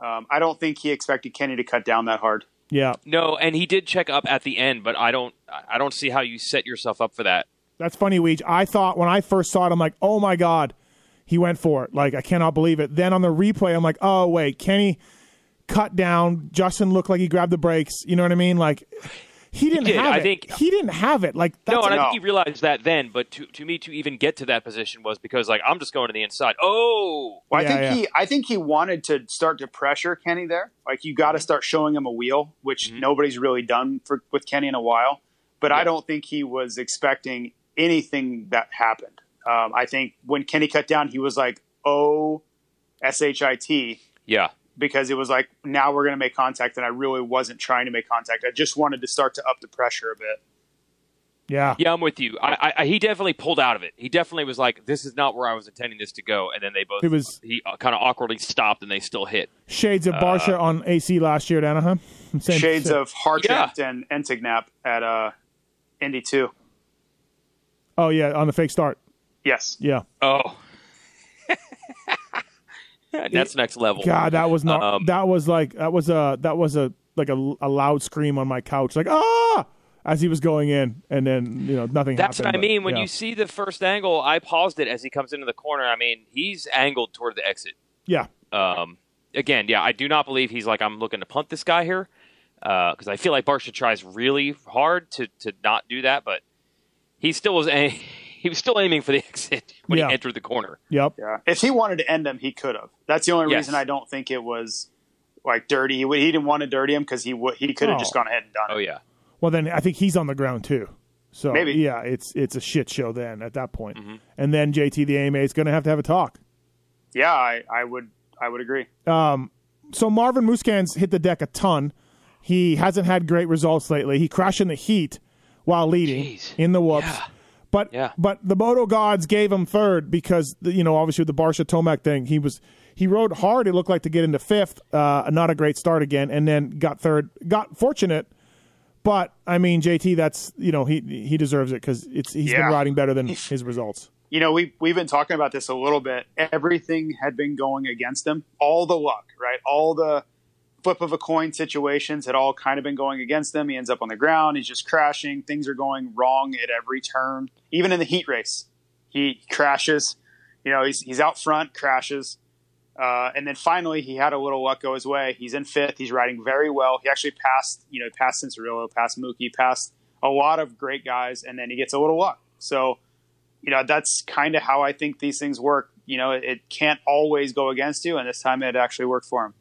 Um, I don't think he expected Kenny to cut down that hard.
yeah,
No, and he did check up at the end, but I don't I don't see how you set yourself up for that.
That's funny, Weege. I thought when I first saw it, I'm like, oh my God, he went for it. Like, I cannot believe it. Then on the replay, I'm like, oh, wait, Kenny cut down. Justin looked like he grabbed the brakes. You know what I mean? Like, he didn't
did.
have
I
it.
think-
he didn't have it. Like, that's
no, and I
no.
think he realized that then, but to, to me to even get to that position was because like I'm just going to the inside. Oh
Well,
Yeah,
I think
yeah.
he I think he wanted to start to pressure Kenny there. Like you
Mm-hmm.
got to start showing him a wheel, which nobody's really done for, with Kenny in a while. But I don't think he was expecting anything that happened. Um, I think when Kenny cut down, he was like, "Oh, s h i t,"
yeah.
because it was like, "Now we're going to make contact," and I really wasn't trying to make contact. I just wanted to start to up the pressure a bit.
yeah.
Yeah, I'm with you. I, I, I he definitely pulled out of it. He definitely was like, "This is not where I was intending this to go," and then they both
It was
he uh, kind of awkwardly stopped, and they still hit.
shades of
Uh,
Barsha on AC last year at Anaheim. Same-
Shades
same-
of Hartranft and Entignap at uh, Indy two.
Oh, yeah, on the fake start.
Yes,
Yeah.
Oh, that's next level.
God, that was not.
Um,
that was like that was a that was a like a, a loud scream on my couch, like ah, as he was going in, and then you know nothing.
That's
happened,
what I
but,
mean. When
yeah.
you see the first angle, I paused it as he comes into the corner. I mean, he's angled toward the exit.
yeah,
Um, again, yeah, I do not believe he's like I'm looking to punt this guy here because I feel like Barsha tries really hard to to not do that, but he still was a- he was still aiming for the exit when
Yeah.
he entered the corner.
yep.
Yeah. If he wanted to end him, he could have. That's the only
Yes.
reason I don't think it was like dirty. He, would- he didn't want to dirty him because he would he could have
Oh.
just gone ahead and done it.
Oh yeah,
Well, then I think he's on the ground too. So
Maybe. Mm-hmm.
yeah, it's it's a shit show then at that point. And then JT the AMA is going to have to have a talk.
Yeah, I, I would I would agree.
So Marvin Muscans hit the deck a ton. He hasn't had great results lately. He crashed in the heat while leading
Jeez.
in the whoops. But
Yeah.
but the moto gods gave him third because the- you know obviously with the Barsha Tomac thing he was he rode hard. It looked like to get into fifth. Uh, not a great start again, and then got third. Got fortunate. But I mean, JT, that's you know he he deserves it because it's he's
Yeah.
been riding better than his results.
You know, we we've been talking about this a little bit. Everything had been going against him. All the luck, right? All the flip of a coin situations had all kind of been going against him. He ends up on the ground. He's just crashing. Things are going wrong at every turn. Even in the heat race, he crashes. You know, he's he's out front, crashes. Uh, and then finally, he had a little luck go his way. He's in fifth. He's riding very well. He actually passed, you know, passed Cincerillo, passed Mookie, passed a lot of great guys, and then he gets a little luck. So, you know, that's kind of how I think these things work. You know, it, it can't always go against you, and this time it actually worked for him.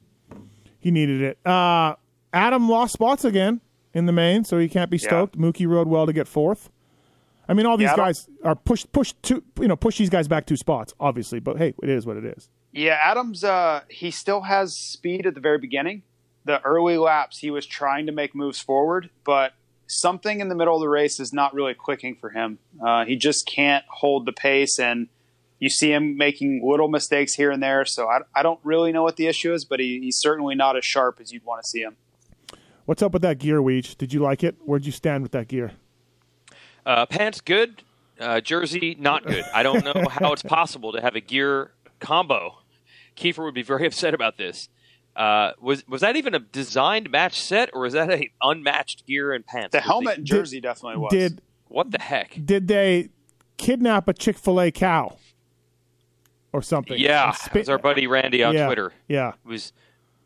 He needed it. Uh, Adam lost spots again in the main, so he can't be stoked. Mookie rode well to get fourth. I mean, all these
Yeah, I don't-
guys are pushed, pushed two, you know, push these guys back two spots, obviously. But hey, it is what it is.
Yeah, Adams, uh, he still has speed at the very beginning. The early laps, he was trying to make moves forward, but something in the middle of the race is not really clicking for him. Uh, he just can't hold the pace, and you see him making little mistakes here and there. So I, I don't really know what the issue is, but he, he's certainly not as sharp as you'd want to see him.
What's up with that gear, Weech? Did you like it? Where'd you stand with that gear?
Uh, pants good, uh, jersey not good. I don't know how it's possible to have a gear combo. Kiefer would be very upset about this. Uh, was was that even a designed match set, or is that a unmatched gear and pants?
The
Was
helmet and jersey definitely was.
Did
What the heck?
did they kidnap a Chick Fil A cow or something?
Yeah,
And
it was our buddy Randy on
yeah,
Twitter
Yeah,
He was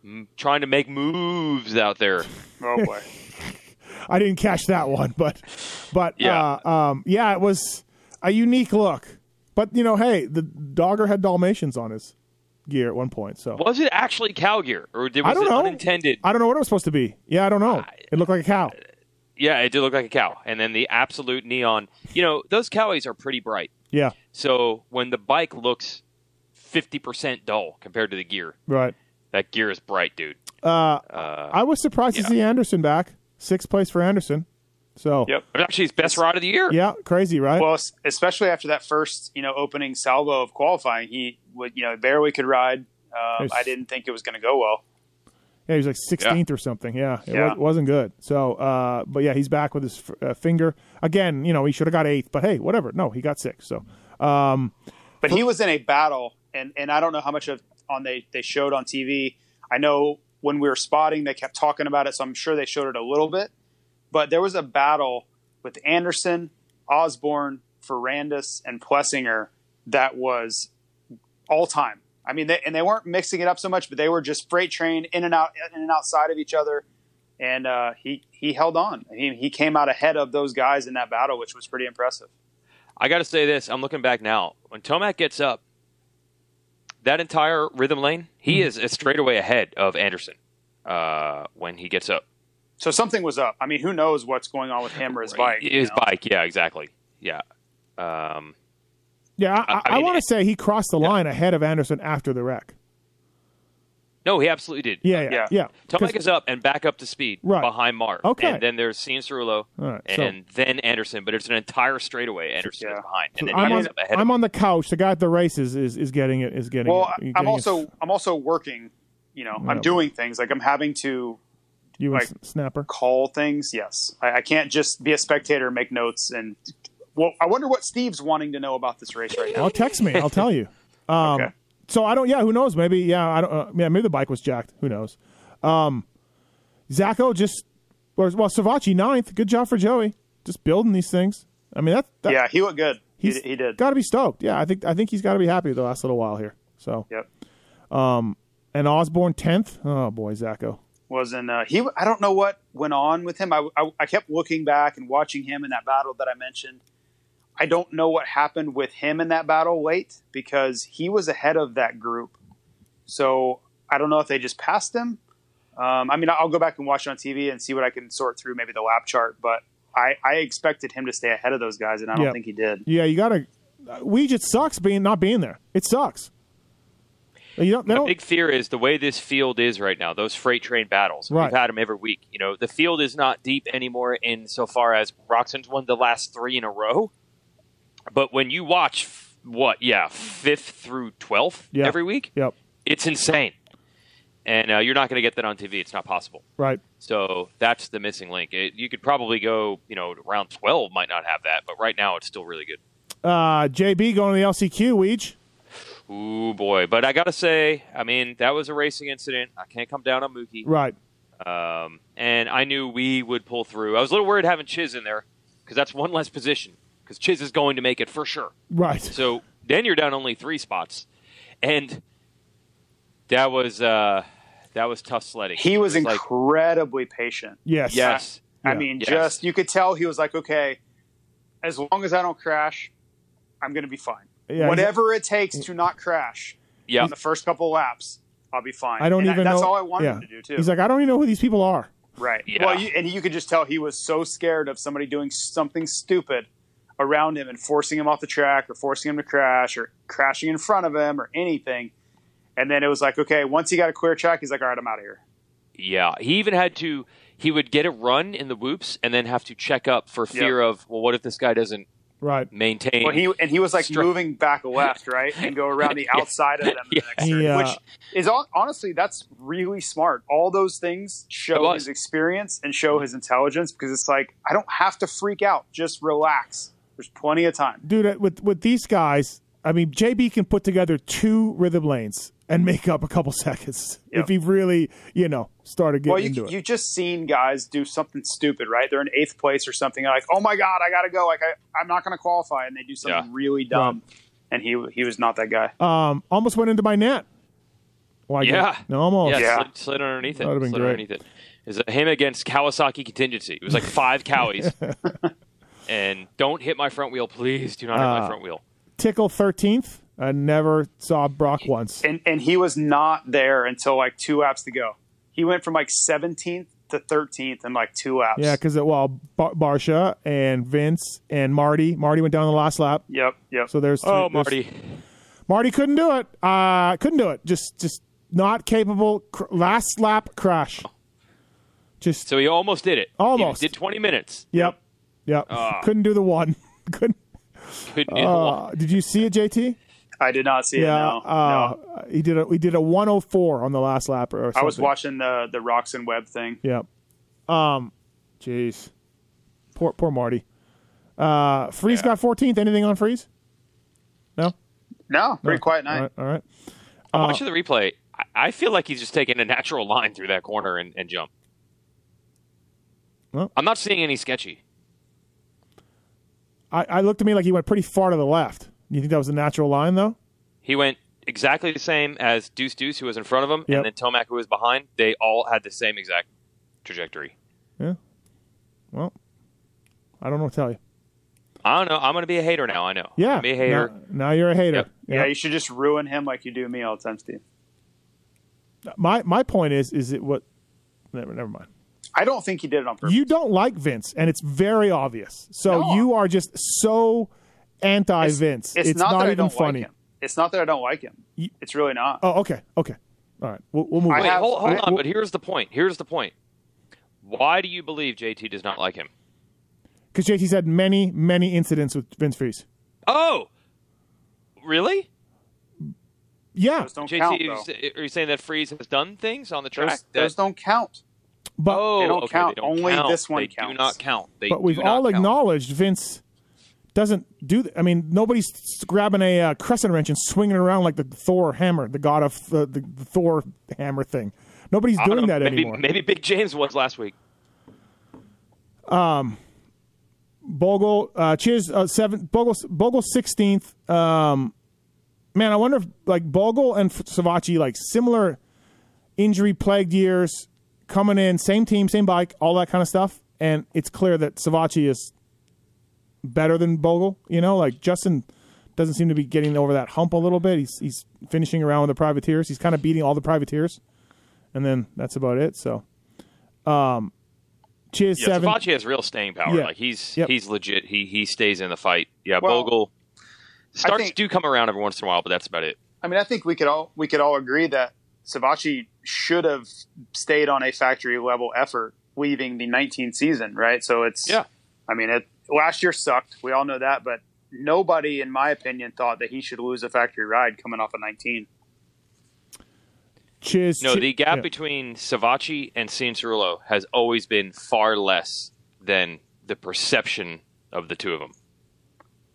mm, trying to make moves out there.
Oh boy.
I didn't catch that one, but but
Yeah.
uh, um, yeah, it was a unique look. But you know, hey, the dogger had Dalmatians on his gear at one point, so
Was it actually cow gear, or did, was
I don't
it
know.
unintended?
I don't know what it was supposed to be. Yeah, I don't know. It looked like a cow.
Yeah, it did look like a cow. And then the absolute neon. You know, those cowies are pretty bright.
Yeah,
So when the bike looks 50% dull compared to the gear,
right.
that gear is bright, dude.
I was surprised to see Anderson back. Sixth place for Anderson. So
Yep.
It was actually his best ride of the year.
yeah, crazy, right?
Well, es- especially after that first, you know, opening salvo of qualifying, he would, you know, barely could ride. Um,
Yes.
I didn't think it was going to go well.
Yeah, he was like 16th or something. Yeah, it
Yeah.
wa- wasn't good. So, uh, but yeah, he's back with his f- uh, finger again. You know, he should have got eighth, but hey, whatever. No, he got six. So, um,
But he was in a battle, and and I don't know how much of on they they showed on TV. I know when we were spotting, they kept talking about it, so I'm sure they showed it a little bit. But there was a battle with Anderson, Osborne, Ferrandis, and Plessinger that was all time. I mean, they, and they weren't mixing it up so much, but they were just freight train in and out, in and outside of each other. And uh, he he held on. He he came out ahead of those guys in that battle, which was pretty impressive.
I got to say this. I'm looking back now. When Tomac gets up, that entire rhythm lane, he
Mm-hmm.
is a straightaway ahead of Anderson uh, when he gets up.
So something was up. I mean, who knows what's going on with him or his bike? you
His
know?
bike, yeah, exactly. Yeah. Um,
yeah, I, I,
I- I mean,
want to
it-
say he crossed the line ahead of Anderson after the wreck.
no, he absolutely did.
Yeah, yeah, yeah.
Yeah.
Tomac
'Cause-
is up and back up to speed
Right.
behind Mark.
Okay.
And then there's Sean Cerullo
All right, so-
and then Anderson, but it's an entire straightaway. Anderson
Yeah.
is behind. And then
I'm,
he
on,
ends up ahead
I'm
of
on the couch. The guy at the races is, is getting it. Is getting
Well,
it. Getting
I'm
it.
also I'm also working. You know,
Yeah.
I'm doing things like I'm having to
you
like-
and S- Snapper.
call things. Yes, I, I can't just be a spectator and make notes. And well, I wonder what Steve's wanting to know about this race right now.
Well, text me. I'll tell you. Um,
Okay.
So I don't. Yeah, who knows? Maybe. Yeah, I don't. Uh, yeah, maybe the bike was jacked. Who knows? Um, Zacho just. Or, well, Savachi ninth. Good job for Joey. Just building these things. I mean, that. that
yeah, he looked good. He,
he's
he did.
Got to be stoked. Yeah, I think. I think he's got to be happy with the last little while here. So.
Yep.
And Osborne tenth. Oh boy, Zacho.
Was in uh, he? I don't know what went on with him. I, I I kept looking back and watching him in that battle that I mentioned. I don't know what happened with him in that battle late because he was ahead of that group. So I don't know if they just passed him. Um, I mean, I'll go back and watch it on TV and see what I can sort through, maybe the lap chart. But I, I expected him to stay ahead of those guys, and I don't
Yeah.
think he did.
Yeah, you got to. Weege, it sucks being not being there. It sucks. You don't. They
My
don't
big fear is the way this field is right now. Those freight train battles,
Right.
we've had them every week. You know, the field is not deep anymore. In so far as Roxon's won the last three in a row, but when you watch f- what, yeah, fifth through twelfth
Yeah.
every week,
yep.
it's insane, and uh, you're not going to get that on TV. It's not possible.
Right.
So that's the missing link. It, you could probably go, you know, round twelve might not have that, but right now it's still really good.
Uh, JB going to the LCQ. Weege.
Ooh boy! But I gotta say, I mean, that was a racing incident. I can't come down on Mookie.
Right.
Um, and I knew we would pull through. I was a little worried having Chiz in there because that's one less position because Chiz is going to make it for sure.
Right.
So then you're down only three spots, and that was uh, that was tough sledding.
He was
It
incredibly patient.
Yes.
yes,
I
Yeah.
mean,
Yes.
just you could tell he was like, okay, as long as I don't crash, I'm going to be fine.
Yeah, he's-
Whatever it takes to not crash
yeah.
on the first couple laps, I'll be fine.
I don't
And
even
That's
know.
all I wanted
yeah.
him to do too.
He's like, I don't even know who these people are.
right?
Yeah.
Well, you, and you could just tell he was so scared of somebody doing something stupid around him and forcing him off the track or forcing him to crash or crashing in front of him or anything. And then it was like, okay, once he got a clear track, he's like, all right, I'm out of here.
Yeah, he even had to. He would get a run in the whoops and then have to check up for fear of well, what if this guy doesn't
Right.
maintain?
Well, he and he was like
Stri-
moving back left, right, and go around the outside of them. The next turn,
He, uh,
which is hon- honestly that's really smart. All those things
It
show
was.
his experience and show his intelligence because it's like I don't have to freak out. Just relax. There's plenty of time.
dude. uh, With with these guys, I mean, JB can put together two rhythm lanes and make up a couple seconds
Yeah.
if he really, you know, started getting
Well,
into
you
it.
you just seen guys do something stupid, right? They're in eighth place or something. Like, oh my god, I gotta go. Like I, I'm not gonna qualify, and they do something
Yeah.
really dumb. And he he was not that guy.
um, almost went into my net. Well, I
Yeah.
guess- no, almost.
yeah,
Yeah.
Slid, slid underneath it.
That would've been
slid
great.
underneath it. It was him against Kawasaki contingency. It was like five cowies. and don't hit my front wheel, please. Do not
Ah.
hit my front wheel.
Tickle thirteenth. I never saw Brock once.
and and he was not there until like two laps to go. He went from like 17th to 13th in like two laps.
Yeah, because well, Bar- Barsha and Vince and Marty. Marty went down on the last lap.
Yep. Yep.
So there's
Oh,
there's-
Marty.
Marty couldn't do it. Uh, couldn't do it. Just just not capable. Cr- last lap crash. Just
So he almost did it. He
Almost.
did 20 minutes.
yep, yep.
Ah.
couldn't do the one. couldn't.
Couldn't do the one.
Uh, did you see it, JT?
I did not see it. No.
uh,
no.
He did a he did a 104 on the last lap or, or something.
I was watching the the Rocks and Web thing.
Yep. Um, jeez, poor poor Marty. Uh, Freeze got 14th. Anything on Freeze? No.
No, pretty quiet night.
All right. All right.
I'm watching the replay. I, I feel like he's just taking a natural line through that corner and, and jump.
Well.
I'm not seeing any sketchy.
I, I looked to me like he went pretty far to the left. You think that was a natural line though?
He went exactly the same as Deuce Deuce, who was in front of him,
Yep.
and then Tomac, who was behind. They all had the same exact trajectory.
Well, I don't know what to tell you.
I don't know. I'm going to be a hater now. I know.
Yeah.
I'm gonna be a hater.
Now, now you're a hater.
Yep.
Yeah. you should just ruin him like you do me all the time, Steve.
My my point is is it what? Never never mind.
I don't think he did it on purpose.
You don't like Vince, and it's very obvious. So
No.
you are just so anti Vince.
it's, not, that I
even
don't
funny.
like him. It's not that I don't like him.
You-
It's really not.
Oh, okay, okay. All right, we'll, we'll move
I
on.
Wait,
have-
hold, hold
I-
on. But here's the point. Here's the point. Why do you believe JT does not like him?
Because JT's had many, many incidents with Vince Freeze.
Oh, really?
Yeah,
those don't
JT,
count.
are you uh,
Though.
s- are you saying that Freeze has done things on the track?
Those,
that-
those don't count.
but
oh,
don't
okay,
count.
They don't
Only
count.
this one
they do
counts.
not count. They
but we've
do not
all
count.
acknowledged Vince doesn't do. Th- I mean, nobody's grabbing a uh, crescent wrench and swinging it around like the Thor hammer, the god of uh, the, the, the Thor hammer thing. Nobody's
I don't
doing
know,
that
maybe,
anymore.
Maybe Big James was last week.
Bogle, uh, cheers. Uh, seven Bogle, Bogle sixteenth. Um, man, I wonder if like Bogle and F- Savachi like similar injury plagued years coming in, same team, same bike, all that kind of stuff. And it's clear that Savachi is better than Bogle. You know, like Justin doesn't seem to be getting over that hump a little bit. He's he's finishing around with the privateers. He's kind of beating all the privateers, and then that's about it. So, um, cheers.
Yeah,
seven.
Savachi has real staying power.
Yeah.
Like he's
Yep.
he's legit. He he stays in the fight. Yeah,
Well,
Bogle starts
think-
do come around every once in a while, but that's about it.
I mean, I think we could all we could all agree that Savachi should have stayed on a factory level effort leaving the 19 season, right? So it's
Yeah.
I mean, it last year sucked. We all know that, but nobody, in my opinion, thought that he should lose a factory ride coming off of 19.
Cheers.
No,
che-
the gap
yeah.
between Savachi and Cianciarulo has always been far less than the perception of the two of them.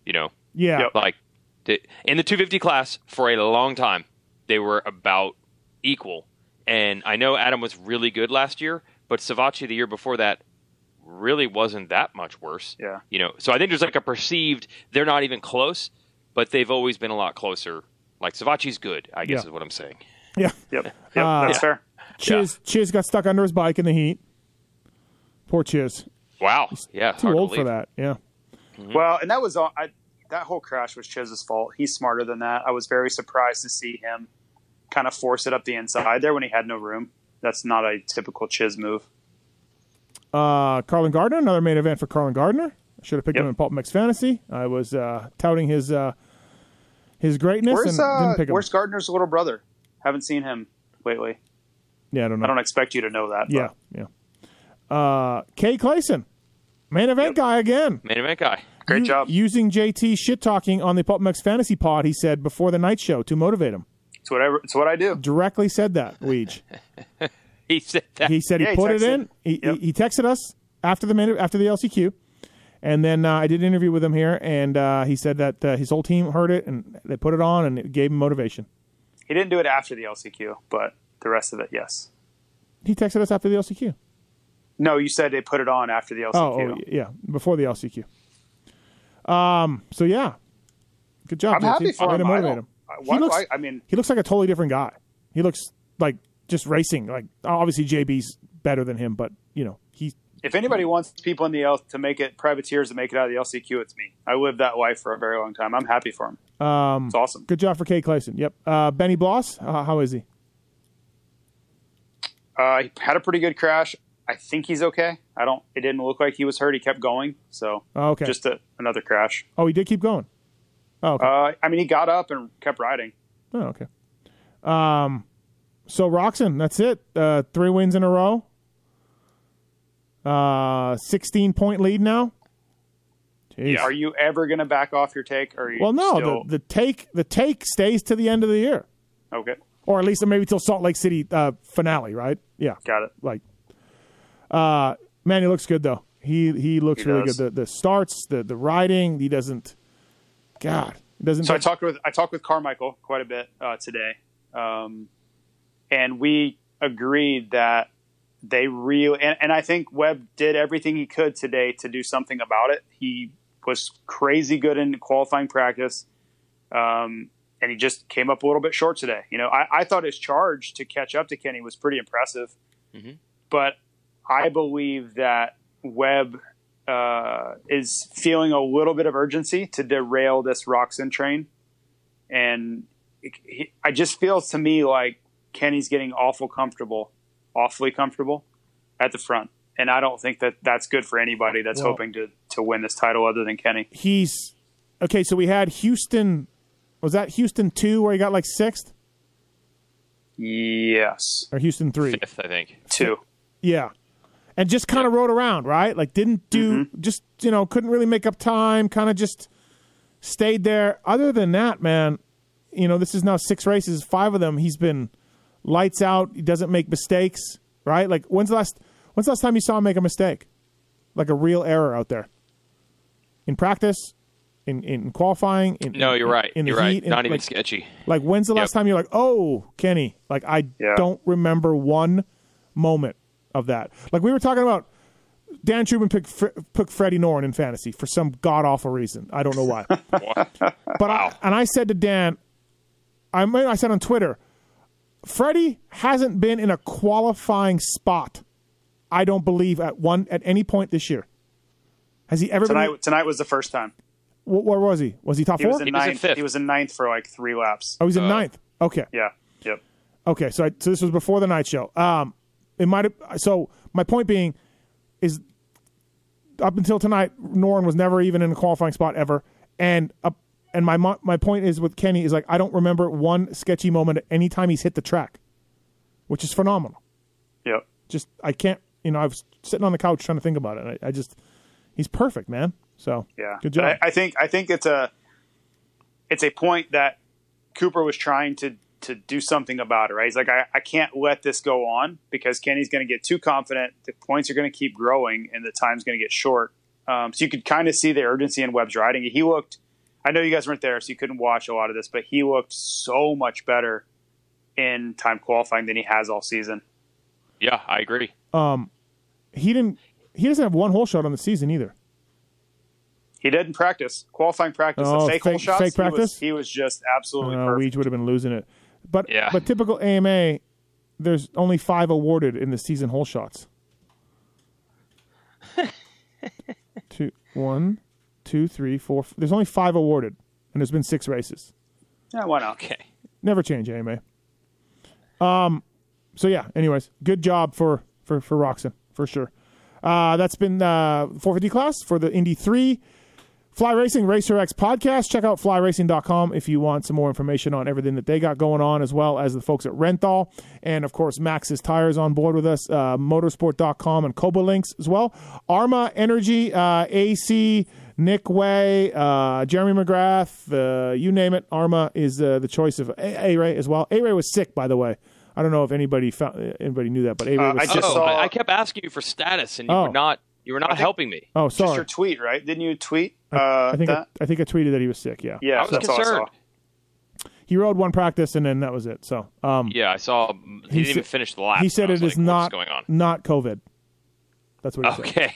You know,
Yeah.
Yep.
like the- in the 250 class for a long time, they were about equal. And I know Adam was really good last year, but Savachi the year before that really wasn't that much worse.
Yeah.
You know, so I think there's like a perceived they're not even close, but they've always been a lot closer. Like Savachi's good, I guess
Yeah.
is what I'm saying.
Yeah.
Yep, yep,
Ah.
that's fair.
Chiz Chiz got stuck under his bike in the heat. Poor Chiz.
Wow. Yeah.
Too
hard to
old for
believe.
that. Yeah.
Well, and that was all. I, that whole crash was Chiz's fault. He's smarter than that. I was very surprised to see him kind of force it up the inside there when he had no room. That's not a typical Chiz move.
Uh, Carlin Gardner, another main event for Carlin Gardner. I should have picked
Yep.
him in Pulp Mix Fantasy. I was uh, touting his uh, his greatness
Where's
and
uh,
didn't pick him.
Where's Gardner's little brother? Haven't seen him lately.
Yeah, I don't know.
I don't expect you to know that. but-
yeah, yeah. Uh, Kay Clayson, main event guy again.
Main event guy.
Great
U-
job.
Using JT shit talking on the Pulpmex Fantasy Pod, he said before the night show to motivate him.
It's what I, it's what I do.
Directly said that, Weege.
He said that.
He said he
Yeah, he
put it
texted.
in. He,
Yep.
he, he texted us after the minute after the LCQ, and then uh, I did an interview with him here, and uh, he said that uh, his whole team heard it and they put it on, and it gave him motivation.
He didn't do it after the LCQ, but the rest of it, yes.
He texted us after the LCQ.
No, you said they put it on after the LCQ.
Oh, oh, yeah, before the LCQ. Um. So yeah, good job.
I'm happy
JT.
for
Way
him.
to
I
motivate
don't-
him.
I-
He
why do
looks-
I- I mean-
he looks like a totally different guy. He looks like just racing. Like obviously JB's better than him, but you know he
If anybody wants people in the L to make it privateers to make it out of the LCQ, it's me. I lived that life for a very long time. I'm happy for him. Um, it's awesome.
good job for Kay Clayson. Yep. Uh, Benny Bloss, uh, how is he?
Uh, he had a pretty good crash. I think he's okay. I don't. It didn't look like he was hurt. He kept going. So
Oh, okay.
just a, another crash.
Oh, he did keep going. Oh, okay.
Uh, I mean, he got up and kept riding.
oh, okay. Um, so Roxon, that's it. Uh, three wins in a row. Uh, sixteen point lead now. Jeez.
Are you ever going to back off your take? Or are you
Well, no,
still-
the, the take the take stays to the end of the year,
okay,
or at least maybe till Salt Lake City uh, finale, right? Yeah,
got it.
like uh man he looks good though he he looks
He
really
does.
good the the starts the the riding he doesn't god he doesn't
So I talked with I talked with Carmichael quite a bit uh, today, um, and we agreed that they really and, and I think Webb did everything he could today to do something about it. He was crazy good in qualifying practice, um, and he just came up a little bit short today. You know, I, I thought his charge to catch up to Kenny was pretty impressive, but I believe that Webb uh, is feeling a little bit of urgency to derail this Roxon train. And it- he, I just feels to me like Kenny's getting awful comfortable, awfully comfortable at the front. And I don't think that that's good for anybody that's
Well-
hoping to, to win this title other than Kenny.
he's okay so we had houston was that houston two where he got like sixth
Yes.
or houston three
Fifth, I think.
Two.
yeah and just kind of rode around right like didn't do
Mm-hmm.
just you know couldn't really make up time kind of just stayed there other than that man you know this is now six races five of them he's been lights out he doesn't make mistakes right like when's the last when's the last time you saw him make a mistake like a real error out there in practice in in qualifying in
No,
in-
you're right.
in the
you're right.
heat, in,
Not even
like,
sketchy.
like when's the last
Yep.
time you're like, oh, Kenny? Like I
Yeah.
don't remember one moment of that. Like we were talking about Dan Trubin picked Fre- picked Freddie Norrin in fantasy for some god awful reason. I don't know why. but I, and I said to Dan, I mean, I said on Twitter, Freddie hasn't been in a qualifying spot. I don't believe at one at any point this year. Has he ever been?
Tonight, tonight was the first time.
wh- Where was he? Was he top
He was
four?
in
He
uh,
was in
ninth.
fifth.
he was in ninth for like three laps.
oh, he's in ninth. Okay.
Yeah. Yep.
Okay, so I, so this was before the night show. Um, it might have. So my point being is, up until tonight, Noren was never even in a qualifying spot ever, and up, and my mo- my point is with Kenny is like I don't remember one sketchy moment at any time he's hit the track, which is phenomenal.
Yep.
Just I can't. You know, I was sitting on the couch trying to think about it. and I, I just he's perfect, man. So
Yeah.
good
But
job.
I, I think I think it's a it's a point that Cooper was trying to to do something about it, right? He's like, I, I can't let this go on because Kenny's gonna get too confident, the points are gonna keep growing and the time's gonna get short. Um, so you could kind of see the urgency in Webb's riding. He looked I know you guys weren't there, so you couldn't watch a lot of this, but he looked so much better in time qualifying than he has all season.
Yeah, I agree.
he didn't. He doesn't have one hole shot on the season either.
He did in practice, qualifying practice.
Oh,
the fake,
fake-
hole shots,
fake
he was-
practice?
He, was, just absolutely
Uh,
perfect.
Weege would have been losing it. But
Yeah.
but typical AMA, there's only five awarded in the season hole shots. two, one, two, three, four. f- There's only five awarded, and there's been six races.
yeah, why not?
Okay.
Never change AMA. Um. So yeah. Anyways, good job for for for Roxon for sure. Uh, that's been uh 450 class for the Indy three. Fly Racing Racer X podcast. Check out flyracing.com if you want some more information on everything that they got going on, as well as the folks at Renthal. And of course, Max's Tires on board with us, uh, motorsport.com and Cobalinks as well. Arma Energy, uh, AC, Nick Way, uh, Jeremy McGrath, uh, you name it. Arma is uh, the choice of A Ray as well. A Ray was sick, by the way. I don't know if anybody found, anybody knew that, but A Ray
Uh,
was
I
sick.
just
oh,
saw-
I, I kept asking you for status, and you
Oh.
were not. You were not helping me.
oh,
Just your
sorry.
tweet, right? Didn't you tweet uh,
I think I,
that?
I think I tweeted that he was sick. Yeah,
yeah,
I was
that's all I saw.
concerned.
he rode one practice and then that was it. So um,
Yeah, I saw. He, didn't
sa-
even finish the lap.
he
and
said
I
it
was
is
like, what's
not
going on.
not COVID. That's what he said.
Okay.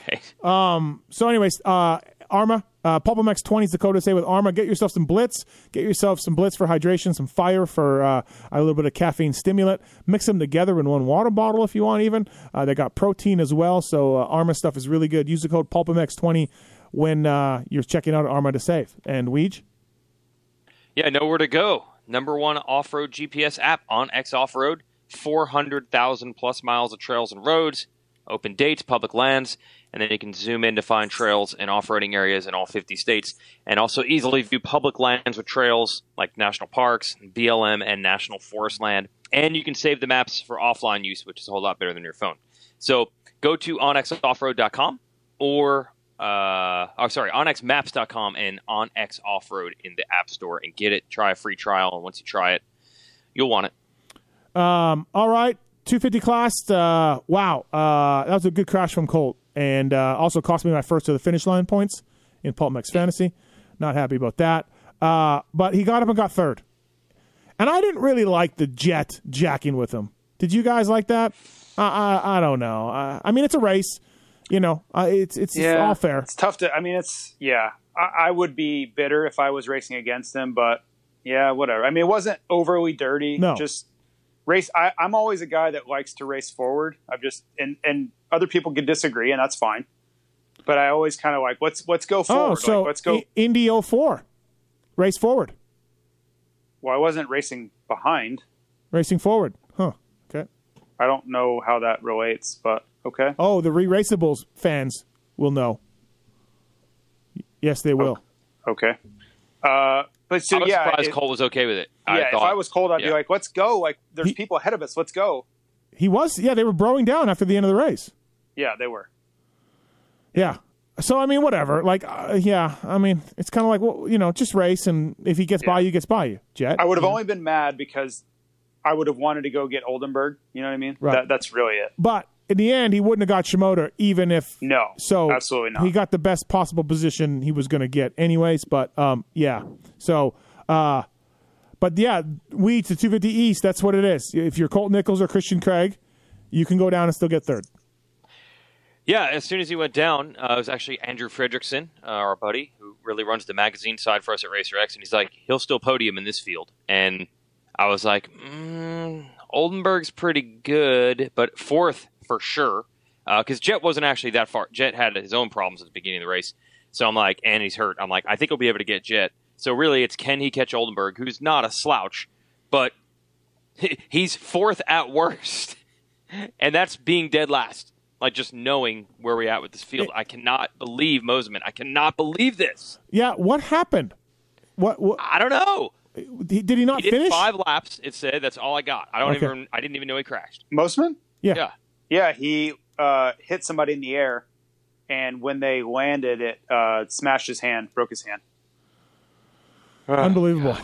All right.
So, anyways, uh, Arma, uh, Pulpamex 20 is the code to say with Arma. Get yourself some Blitz. Get yourself some Blitz for hydration, some fire for uh, a little bit of caffeine stimulant. Mix them together in one water bottle if you want, even. Uh, they got protein as well. So, uh, Arma stuff is really good. Use the code Pulpamex 20 when uh, you're checking out Arma to save. And Weej?
Yeah, nowhere to go. Number one off road GPS app on X Off Road. 400,000 plus miles of trails and roads, open dates, public lands, and then you can zoom in to find trails and off roading areas in all 50 states. And also easily view public lands with trails like national parks, BLM, and national forest land. And you can save the maps for offline use, which is a whole lot better than your phone. So go to onxoffroad.com or uh, oh, sorry, onxmaps.com and onx offroad in the app store and get it. Try a free trial, and once you try it, you'll want it.
Um, All right, 250 class. Uh, wow, uh, that was a good crash from Colt, and uh, also cost me my first to the finish line points in Pulp Mex Fantasy. Not happy about that. Uh, but he got up and got third, and I didn't really like the jet jacking with him. Did you guys like that? I I, I don't know. I, I mean, it's a race, you know. Uh, it's it's, it's all fair.
It's tough to. I mean, it's yeah. I, I would be bitter if I was racing against him, but yeah, whatever. I mean, it wasn't overly dirty.
No.
just race. I, I'm always a guy that likes to race forward. I've just and and other people can disagree, and that's fine. But I always kind of like let's let's go forward.
oh, so
like, let's go.
I- Indy 04, race forward,
well, I wasn't racing behind.
racing forward. Huh. Okay.
I don't know how that relates, but okay.
Oh, the re-raceables fans will know. Yes, they
Oh.
will.
Okay. Uh, but so
I was
yeah,
surprised
it-
Cole was okay with it.
yeah.
I
if
thought,
I was cold, I'd
yeah.
be like, "Let's go!" Like, there's
He-
people ahead of us. Let's go.
He was. Yeah, they were broing down after the end of the race.
Yeah, they were.
Yeah. So I mean, whatever. Like, uh, yeah. I mean, it's kind of like well, you know, just race, and if he gets by you, gets by you. Jet.
I would have only been mad because I would have wanted to go get Oldenburg. You know what I mean?
Right.
That, that's really it.
but in the end, he wouldn't have got Shimoda, even if
No,
So
absolutely not.
He got the best possible position he was going to get, anyways. But um, yeah. So uh, but yeah, we to 250 East. That's what it is. If you're Colt Nichols or Christian Craig, you can go down and still get third.
yeah. As soon as he went down, uh, it was actually Andrew Fredrickson, uh, our buddy, who really runs the magazine side for us at Racer X, and he's like, he'll still podium in this field. And I was like, mm, Oldenburg's pretty good, but fourth for sure. Because Jet wasn't actually that far. Jet had his own problems at the beginning of the race. So I'm like, and he's hurt. I'm like, I think he'll be able to get Jet. So really, it's can he catch Oldenburg, who's not a slouch, but he's fourth at worst. And that's being dead last. Like just knowing where we're at with this field. I cannot believe Moseman. I cannot believe this.
Yeah, what happened? What, what
I don't know.
he- did he not
He did
finish?
five laps. It said that's all I got. I don't
Okay.
even. I didn't even know he crashed.
Mosman?
yeah.
Yeah.
Yeah, he uh, hit somebody in the air, and when they landed, it uh, smashed his hand, broke his hand. Uh,
unbelievable,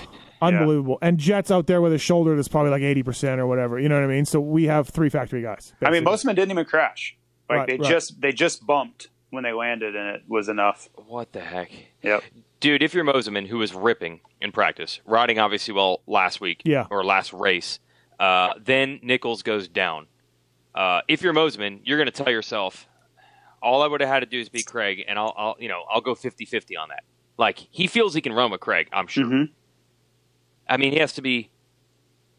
unbelievable. And Jet's out there with his shoulder that's probably like eighty percent or whatever. You know what I mean? So we have three factory guys.
I mean,
basically.
Mosman didn't even crash. Like
Right,
they
right.
just they just bumped when they landed, and it was enough.
What the heck,
Yep.
dude? If you're Moseman, who was ripping in practice, riding obviously well last week,
Yeah.
or last race, uh, then Nichols goes down. Uh, if you're Moseman, you're going to tell yourself, all I would have had to do is beat Craig, and I'll, I'll you know, I'll go 50-50 on that. Like he feels he can run with Craig, I'm sure. I mean, he has to be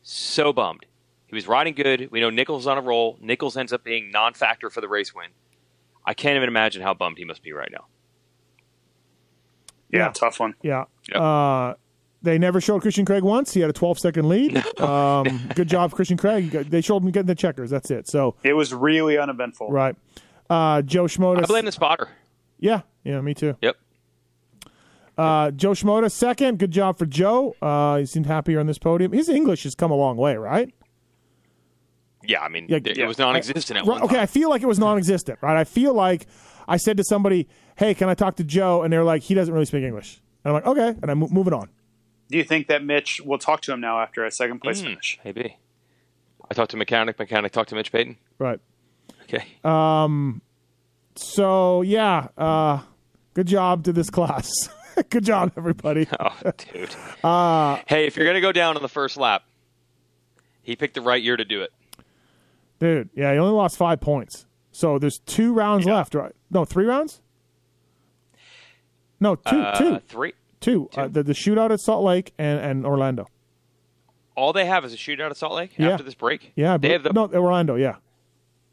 so bummed. He was riding good. We know Nichols is on a roll. Nichols ends up being non-factor for the race win. I can't even imagine how bummed he must be right now.
Yeah,
Yeah.
tough one.
yeah.
Yep.
Uh, they never showed Christian Craig once. He had a twelve second lead. Um, good job, Christian Craig. They showed him getting the checkers. That's it. So
It was really uneventful.
right, uh, Joe
I
Schmoda.
blame the spotter.
Yeah, yeah, me too.
Yep.
Uh, Joe Schmoda, second. Good job for Joe. Uh, he seemed happier on this podium. His English has come a long way, right?
Yeah, I mean,
Yeah,
it,
yeah.
it was non-existent at
Right,
one
okay, I
time.
feel like it was non-existent, right? I feel like I said to somebody, "Hey, can I talk to Joe?" And they're like, "He doesn't really speak English." And I'm like, "Okay," and I'm mo- moving on.
Do you think that Mitch will talk to him now after a second place finish?
Maybe. I talked to mechanic. Mechanic talked to Mitch Payton.
Right.
Okay.
Uh, So yeah, uh, good job to this class. good job, everybody.
Oh, dude.
uh,
hey, if you're gonna go down on the first lap, he picked the right year to do it.
Dude, yeah, he only lost five points. So there's two rounds left, right? No, three rounds? No, two,
Uh,
two,
Three.
two. Uh, the, the shootout at Salt Lake and, and Orlando.
All they have is a shootout at Salt Lake
Yeah.
after this break.
Yeah, I
they have
believe-
the,
no, Orlando, yeah.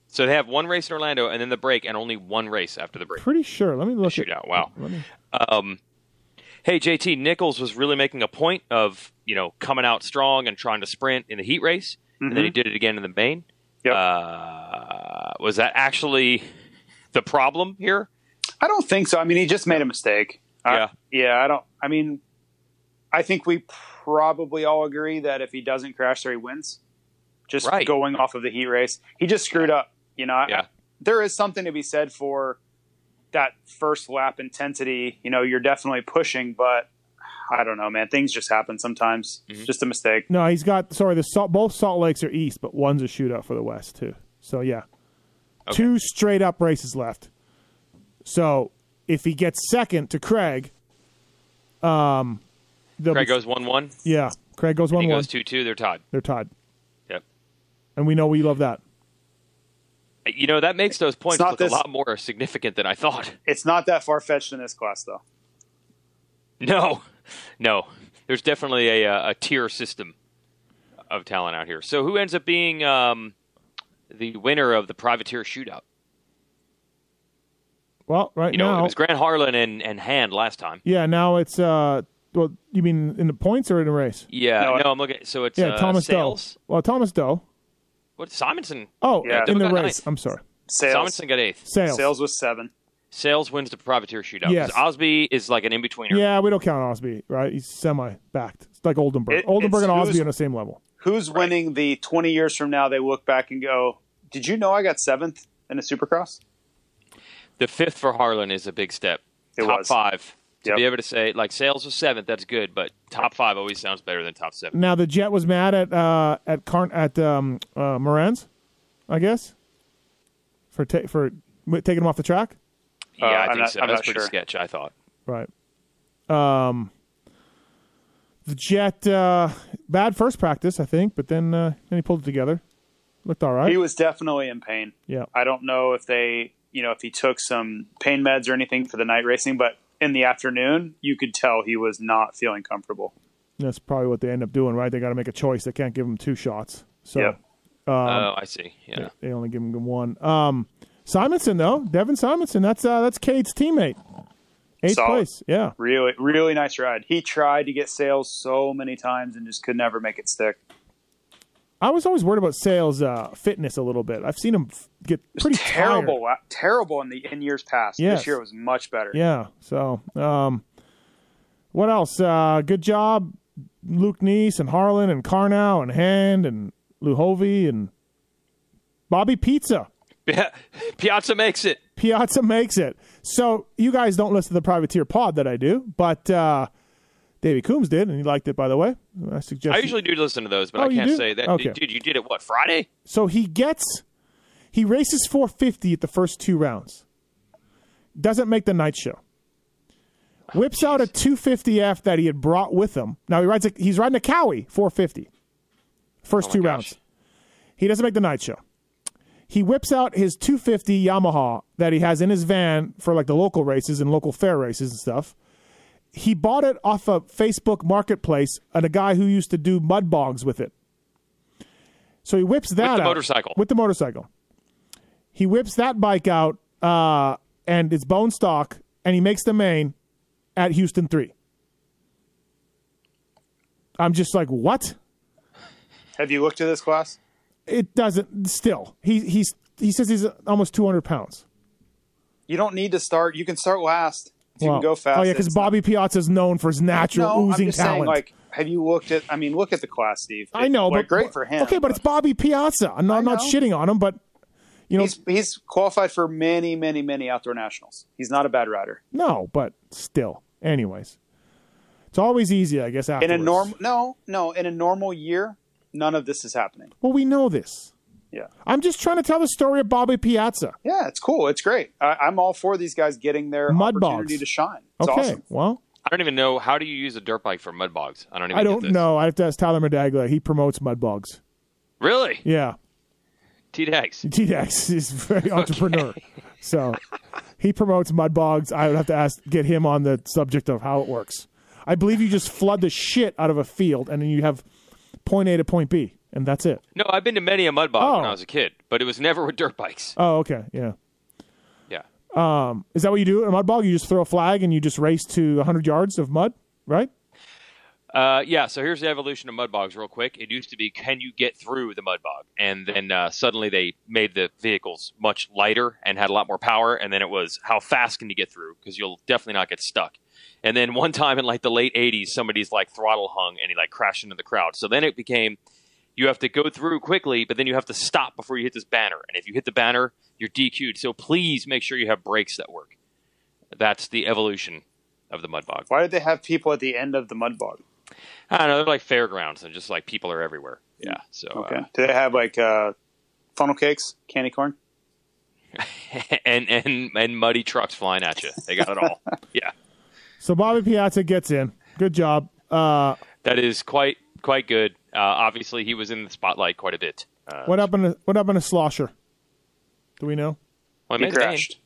so they have one race in Orlando and then the break, and only one race after the break.
Pretty sure. Let me look at
Shootout. Wow. Um, hey, JT Nichols was really making a point of you know coming out strong and trying to sprint in the heat race, and then he did it again in the main.
Mm-hmm. Yep.
Uh, was that actually the problem here?
I don't think so. I mean, he just made a mistake.
Yeah.
I, yeah. I don't. I mean, I think we probably all agree that if he doesn't crash there, he wins. Just
Right.
going off of the heat race, he just screwed up. You know, I-
Yeah.
there is something to be said for that first lap intensity. You know, you're definitely pushing, but I don't know, man. Things just happen sometimes.
Mm-hmm.
It's just a mistake.
No, he's got sorry, the salt both Salt Lakes are east, but one's a shootout for the west too. So yeah. Two straight up races left. So if he gets second to Craig, um they'll
Craig
be-
goes one one.
Yeah. Craig goes one
He
one.
goes two two. They're tied.
They're tied.
Yep.
And we know we love that.
You know that makes those points
not
look
this-
a lot more significant than I thought.
It's not that far fetched in this class, though.
No, no. There's definitely a, uh, a tier system of talent out here. So who ends up being um, the winner of the privateer shootout?
Well, right
You know,
now,
it was Grant Harlan and, and Hand last time.
yeah. Now it's uh, well, you mean in the points or in the race?
Yeah, no,
No, I-
I'm looking. So it's
Yeah,
uh,
Thomas
Sales.
Doe. Well, Thomas Doe.
What Simonson?
Oh,
Yeah.
in the
Doe got
race.
ninth.
I'm sorry.
Sales,
Simonson got eighth.
Sales.
sales was seven.
Sales wins the privateer shootout. 'cause
Yes.
Osby is like an in betweener.
Yeah, we don't count Osby, right? He's semi backed. It's like Oldenburg.
It-
Oldenburg
it's
and Osby
who's-
on the same level.
who's winning the 20 years from now they look back and go did you know i got seventh in a supercross
The fifth for Harlan is a big step.
It
top
was.
five. To
Yep.
be able to say like Sales was seventh, that's good, but top five always sounds better than top seven.
Now the Jet was mad at uh, at Carn at um, uh, Moran's, I guess, for ta- for m- taking him off the track,
Yeah, I
Uh, I'm
think
not-
so.
I'm
That's
not
pretty
sure.
sketch. I thought.
right? Um, the Jet uh, bad first practice, I think, but then uh, then he pulled it together. Looked all right.
he was definitely in pain
yeah.
i don't know if they you know if he took some pain meds or anything for the night racing but in the afternoon you could tell he was not feeling comfortable
That's probably what they end up doing, right? They got to make a choice. They can't give him two shots, so
Yep.
Um,
oh, I see. Yeah.
they only give him one. Um, Simonson though, Devin Simonson, that's uh, that's Cade's teammate, eighth
Solid.
place. Yeah,
really really nice ride he tried to get sales so many times and just could never make it stick
I was always worried about Sales' uh, fitness a little bit. I've seen him f- get
it was
pretty
terrible
tired.
la- terrible in the in years past
Yes.
this year was much better
Yeah. So, um, what else? Uh, good job, Luke Neese and Harlan and Carnow and Hand and Luhovi and Bobby Pizza.
Piazza makes it.
Piazza makes it. So you guys don't listen to the privateer pod that I do, but uh, Davey Coombs did, and he liked it by the way. I suggest
I
you-
usually do listen to those, but
Oh,
I
you
can't
do?
say that.
Okay.
Dude, you did it what Friday?
So he gets he races 450 at the first two rounds. Doesn't make the night show. Whips out a 250F that he had brought with him. Now he rides a, he's riding a Cowie 450. First two
Oh gosh.
rounds. He doesn't make the night show. He whips out his 250 Yamaha that he has in his van for like the local races and local fair races and stuff. He bought it off a Facebook marketplace and a guy who used to do mud bogs with it. So he whips that
the
out
motorcycle.
With the motorcycle, he whips that bike out uh, and it's bone stock, and he makes the main at Houston three. I'm just like, what?
have you looked at this class
It doesn't. Still, he he's he says he's almost 200 pounds.
you don't need to start you can start last you
Well,
can go fast.
Oh yeah, because
it's not-
Bobby Piazza is known for his natural
no,
oozing
I'm just
talent.
Saying, like, have you looked at? I mean, look at the class, Steve.
I know, but
Like, great for him.
Okay, but it's Bobby Piazza. I'm not, I'm not
know.
shitting on him, but you know,
he's he's qualified for many, many, many outdoor nationals. He's not a bad rider.
no, but still. Anyways, it's always easy, I guess. Afterwards.
In a normal, no, no, in a normal year, none of this is happening.
Well, we know this.
Yeah.
I'm just trying to tell the story of Bobby Piazza.
Yeah, it's cool. It's great. I, I'm all for these guys getting their
Mud
opportunity
bogs.
to shine. It's
okay,
awesome.
well,
I don't even know how do you use a dirt bike for mud bogs. I don't even.
I
get
don't
this.
know. I have to ask Tyler Medaglia. He promotes mud bugs.
Really,
Yeah,
T Dex.
T-Dex is very entrepreneur, so he promotes mud bugs. I would have to ask get him on the subject of how it works. I believe you just flood the shit out of a field, and then you have point A to point B, and that's it.
No, I've been to many a mud bog when
Oh.
I was a kid, but it was never with dirt bikes.
Oh, okay, yeah.
Yeah,
Is that what you do in a mud bog? You just throw a flag and you just race to 100 yards of mud, right?
uh, yeah. So here's the evolution of mud bogs, real quick. It used to be, can you get through the mud bog? And then uh, suddenly they made the vehicles much lighter and had a lot more power. And then it was, how fast can you get through? Because you'll definitely not get stuck. And then one time in like the late '80s, somebody's like throttle hung and he like crashed into the crowd. So then it became, you have to go through quickly, but then you have to stop before you hit this banner. And if you hit the banner, you're DQ'd. So please make sure you have brakes that work. That's the evolution of the mud bog.
Why did they have people at the end of the mud bog?
I don't know. They're like fairgrounds, and just like people are everywhere. Yeah. So
Okay.
uh,
Do they have like uh, funnel cakes, candy corn?
and and and muddy trucks flying at you. They got it all. yeah.
So Bobby Piazza gets in. Good job. Uh,
That is quite quite good. Uh, obviously, he was in the spotlight quite a bit. Uh,
what happened? To, what happened to Slosher? Do we know?
well,
He
his name.
crashed.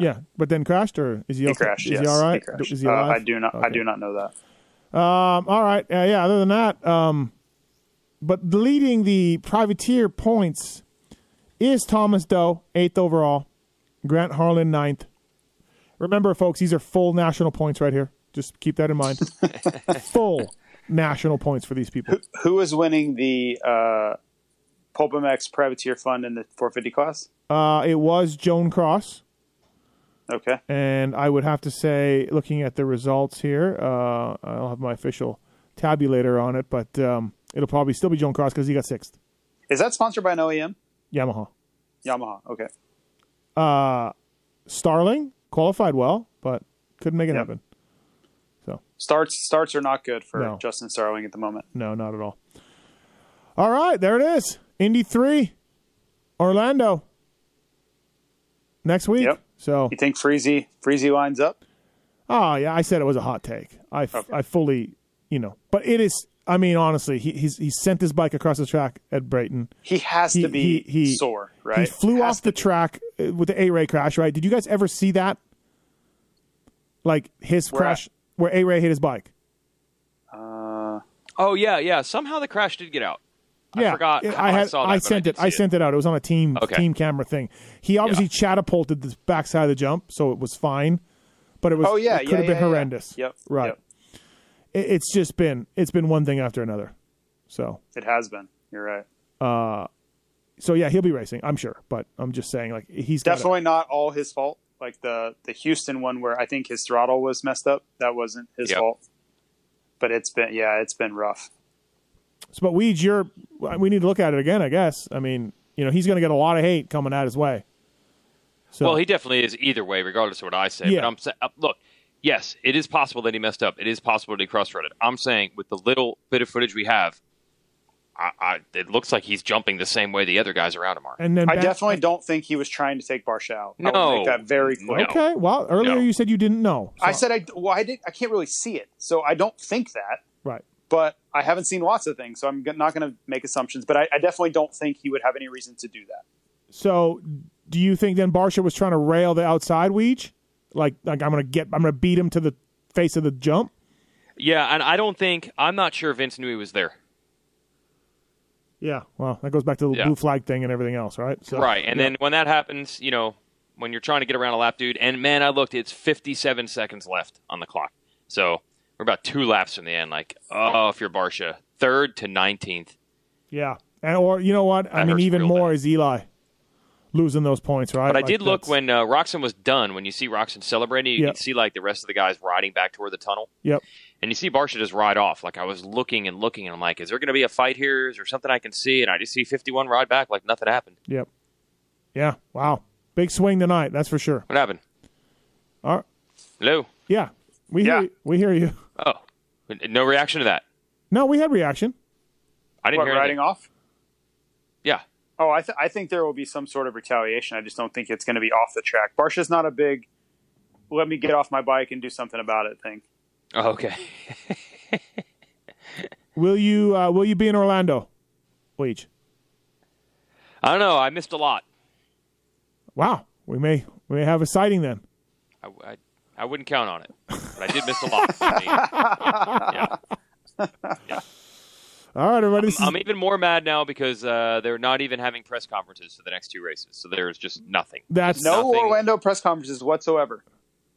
Yeah. but then crashed, or is he?
Uh, He
okay?
crashed.
Is
yes.
he all right?
crashed.
Is he
Uh,
alive?
I do not. I do not know that.
Um, all right. Uh, yeah. Other than that, um, but leading the privateer points is Thomas Doe, eighth overall. Grant Harlan, ninth. Remember, folks, these are full national points right here. Just keep that in mind. full national points for these people.
Who is winning the uh, Pulpamex Privateer Fund in the 450 class?
Uh, it was Joan Cross.
Okay.
and I would have to say, looking at the results here, uh, I'll have my official tabulator on it, but um, it'll probably still be Joan Cross because he got sixth.
Is that sponsored by an OEM?
Yamaha.
Yamaha. Okay.
Starling qualified well, but couldn't make it
Yeah.
happen.
Starts starts are not good for
No.
Justin Starling at the moment.
No, not at all. All right, there it is. Indy 3, Orlando. Next week.
Yep.
So,
You think Freezy Freezy lines up?
oh, yeah, I said it was a hot take. I, f- I fully, you know, but it is, I mean, honestly, he, he's, he sent his bike across the track at Brayton.
He has
He-
to be
he- he-
sore, right?
He flew
Has
off
to
the track uh, with the A-Ray crash, right? Did you guys ever see that? Like his
Where at?
crash where A-Ray hit his bike.
Oh yeah, yeah. Somehow the crash did get out.
yeah,
I forgot.
it-
how
I had
saw that,
I
but
sent
did
it. I
see
sent it out. It was on a team
Okay.
team camera thing. He obviously catapulted the backside of the jump, so it was fine. But it was
Oh yeah,
it could
yeah,
have been
yeah, yeah.
horrendous.
Yep,
Right.
yep.
It, it's just been it's been one thing after another. So
It has been. You're right.
so yeah, he'll be racing, I'm sure. But I'm just saying, like he's gotta-
Definitely not all his fault. Like the the Houston one where I think his throttle was messed up. That wasn't his
Yep.
fault. But it's been yeah, it's been rough.
So, but Weeds, you're we need to look at it again, I guess. I mean, you know, he's going to get a lot of hate coming out his way. So,
Well, he definitely is either way, regardless of what I say.
Yeah.
But I'm sa- uh, look, yes, it is possible that he messed up. It is possible that he cross-threaded. I'm saying with the little bit of footage we have, I, I, it looks like he's jumping the same way the other guys around him are.
and then
I
back-
definitely don't think he was trying to take Barsha out. I will
No.
make that very clear.
No.
okay. Well, earlier
No.
you said you didn't know. So-
I said I well, I did I can't really see it, so I don't think that.
right.
But I haven't seen lots of things, so I'm g- not going to make assumptions. But I, I definitely don't think he would have any reason to do that.
So, do you think then Barsha was trying to rail the outside Weege? Like, like I'm going to get, I'm going to beat him to the face of the jump.
Yeah, and I don't think I'm not sure Vince knew he was there.
Yeah. Well, that goes back to the
Yeah.
blue flag thing and everything else, right? So,
Right, and then when that happens, you know, when you're trying to get around a lap, dude, and man, I looked, it's 57 seconds left on the clock. So we're about two laps from the end. Like, oh, if you're Barsha, third to 19th.
yeah, and or you know what? I
That
mean,
hurts
even
real
more
bad.
is Eli. losing those points, right?
But I
Like,
did look
that's-
when uh, Roxon was done. When you see Roxon celebrating, you
Yeah.
can see like the rest of the guys riding back toward the tunnel,
Yep.
and you see Barsha just ride off. Like I was looking and looking, and I'm like, is there going to be a fight here? Is there something I can see? And I just see 51 ride back like nothing happened.
Yep. Yeah. Wow. Big swing tonight. That's for sure.
What happened?
All right.
Hello.
Yeah. We
Yeah.
hear you. we hear you.
Oh, no reaction to that.
No, we had reaction.
I didn't
What,
hear
riding
anything.
off?
Yeah,
Oh, I, th- I think there will be some sort of retaliation. I just don't think it's going to be off the track. Barsha's not a big "let me get off my bike and do something about it" thing.
Oh, okay.
Will you uh, will you be in Orlando? Bleach.
I don't know. I missed a lot.
Wow. We may we may have a sighting then.
I, I, I wouldn't count on it, but I did miss a lot. I
All right, everybody. This
am
is,
even more mad now because uh, they're not even having press conferences for the next two races, so there's just nothing.
that's
No
Nothing.
Orlando press conferences whatsoever.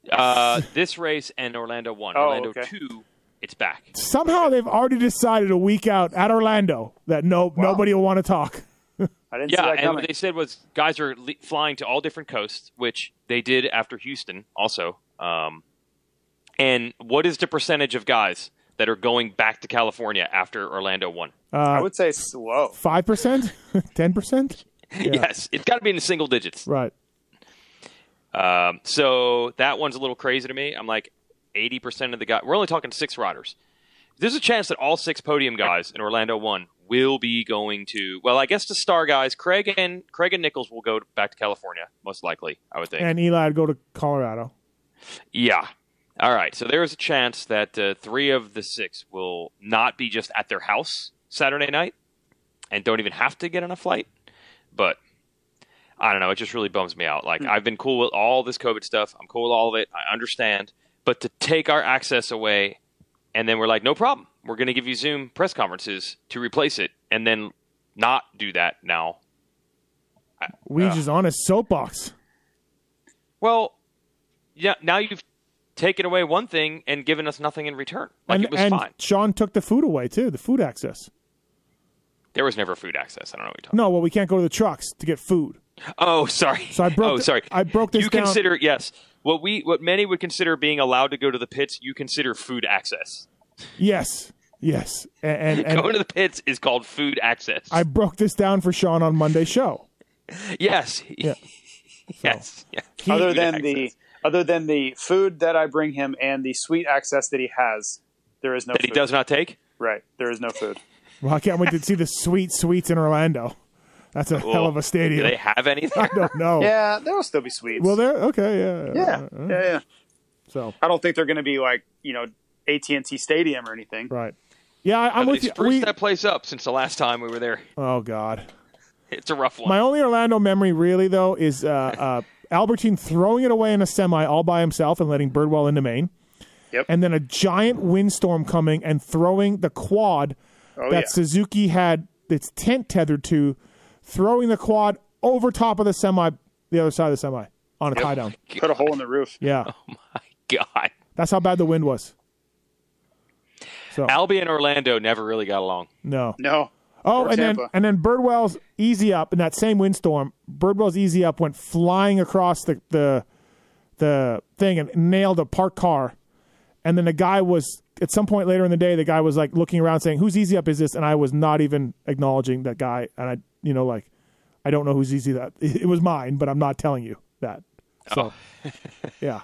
Uh, this race and Orlando one,
Oh,
Orlando
okay.
two, it's back.
somehow they've already decided a week out at Orlando that no nobody will want to talk.
I didn't see
Yeah,
that
and what
coming.
they said was guys are le- flying to all different coasts, which they did after Houston also. Um, and what is the percentage of guys that are going back to California after Orlando one?
I would say slow.
Five percent, ten percent.
Yes, it's got to be in the single digits.
Right.
Um, so that one's a little crazy to me. I'm like, 80% of the guys, we're only talking six riders. There's a chance that all six podium guys in Orlando 1 will be going to, well, I guess the star guys, Craig and Craig and Nichols will go back to California, most likely, I would think.
And Eli would go to Colorado.
yeah. All right. So there is a chance that uh, three of the six will not be just at their house Saturday night and don't even have to get on a flight. But I don't know. It just really bums me out.
Hmm.
Like I've been cool with all this COVID stuff. I'm cool with all of it. I understand. But to take our access away, and then we're like, no problem. We're going to give you Zoom press conferences to replace it, and then not do that now.
We just on a soapbox.
Well, yeah. Now you've taken away one thing and given us nothing in return. Like
and
it was
and
fine.
Sean took the food away too, the food access.
There was never food access. I don't know what you're talking.
No, well, we can't go to the trucks to get food.
Oh, sorry.
So I broke
Oh,
th-
sorry.
I broke this
You
down-
consider yes. What we what many would consider being allowed to go to the pits, you consider food access.
Yes, yes, and and, and
Going to the pits is called food access.
I broke this down for Sean on Monday's show.
yes. yes. Yeah.
other
Food
than
access.
the other than the food that I bring him and the sweet access that he has, there is no
that he
food.
does not take.
Right, there is no food.
Well, I can't wait to see the sweet sweets in Orlando. That's a hell of a
Do
stadium.
they have anything?
I don't know.
Yeah, there will still be sweets.
Well, there. Okay. Yeah.
yeah, yeah, yeah.
So
I don't think they're going to be like you know AT and T Stadium or anything.
right. Yeah, I, I'm
They
with you.
spruced
We-
that place up since the last time we were there.
oh God.
It's a rough one.
My only Orlando memory, really though, is uh, uh, Albertine throwing it away in a semi all by himself and letting Birdwell into Maine.
Yep.
And then a giant windstorm coming and throwing the quad that
Oh, yeah.
Suzuki had its tent tethered to, throwing the quad over top of the semi, the other side of the semi on a tie down.
Put a hole in the roof.
Yeah,
My God.
that's how bad the wind was. So
Albie and Orlando never really got along.
no.
No.
Oh,
Or
and then
Tampa.
and then Birdwell's easy up in that same windstorm. Birdwell's easy up went flying across the the the thing and nailed a parked car. And then the guy was at some point later in the day, the guy was like looking around saying, "Whose easy up is this?" And I was not even acknowledging that guy. And I, you know, like I don't know whose easy that it was mine, but I'm not telling you that. So, yeah,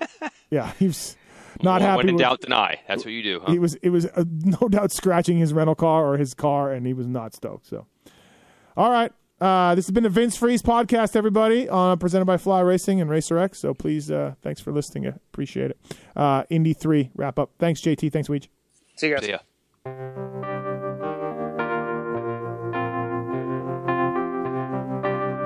yeah, he was not
When-
happy.
when in
with-
doubt, deny. That's what you do, huh?
he was it was uh, no doubt scratching his rental car or his car, and he was not stoked. So, all right, uh, this has been the Vince Freeze podcast, everybody, uh, presented by Fly Racing and Racer X. So please, uh, thanks for listening. I appreciate it. Uh, Indy three wrap up. Thanks, JT. Thanks, Weech.
See you guys.
See ya.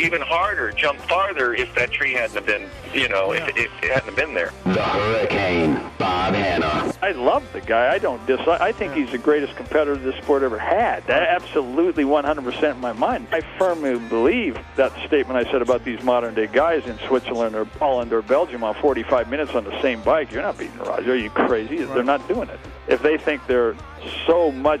even harder, jumped farther if that tree hadn't have been, you know, if, if it hadn't have been there.
The Hurricane. Bob Hanna.
I love the guy. I don't dislike. I think he's the greatest competitor this sport ever had. That absolutely 100% in my mind. I firmly believe that statement I said about these modern day guys in Switzerland or Holland or Belgium on 45 minutes on the same bike. You're not beating Roger. Are you crazy? They're not doing it. If they think they're so much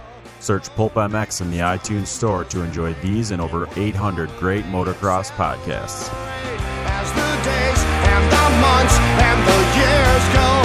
Search Pulp MX in the iTunes store to enjoy these and over 800 great motocross podcasts.
As the days and the months and the years go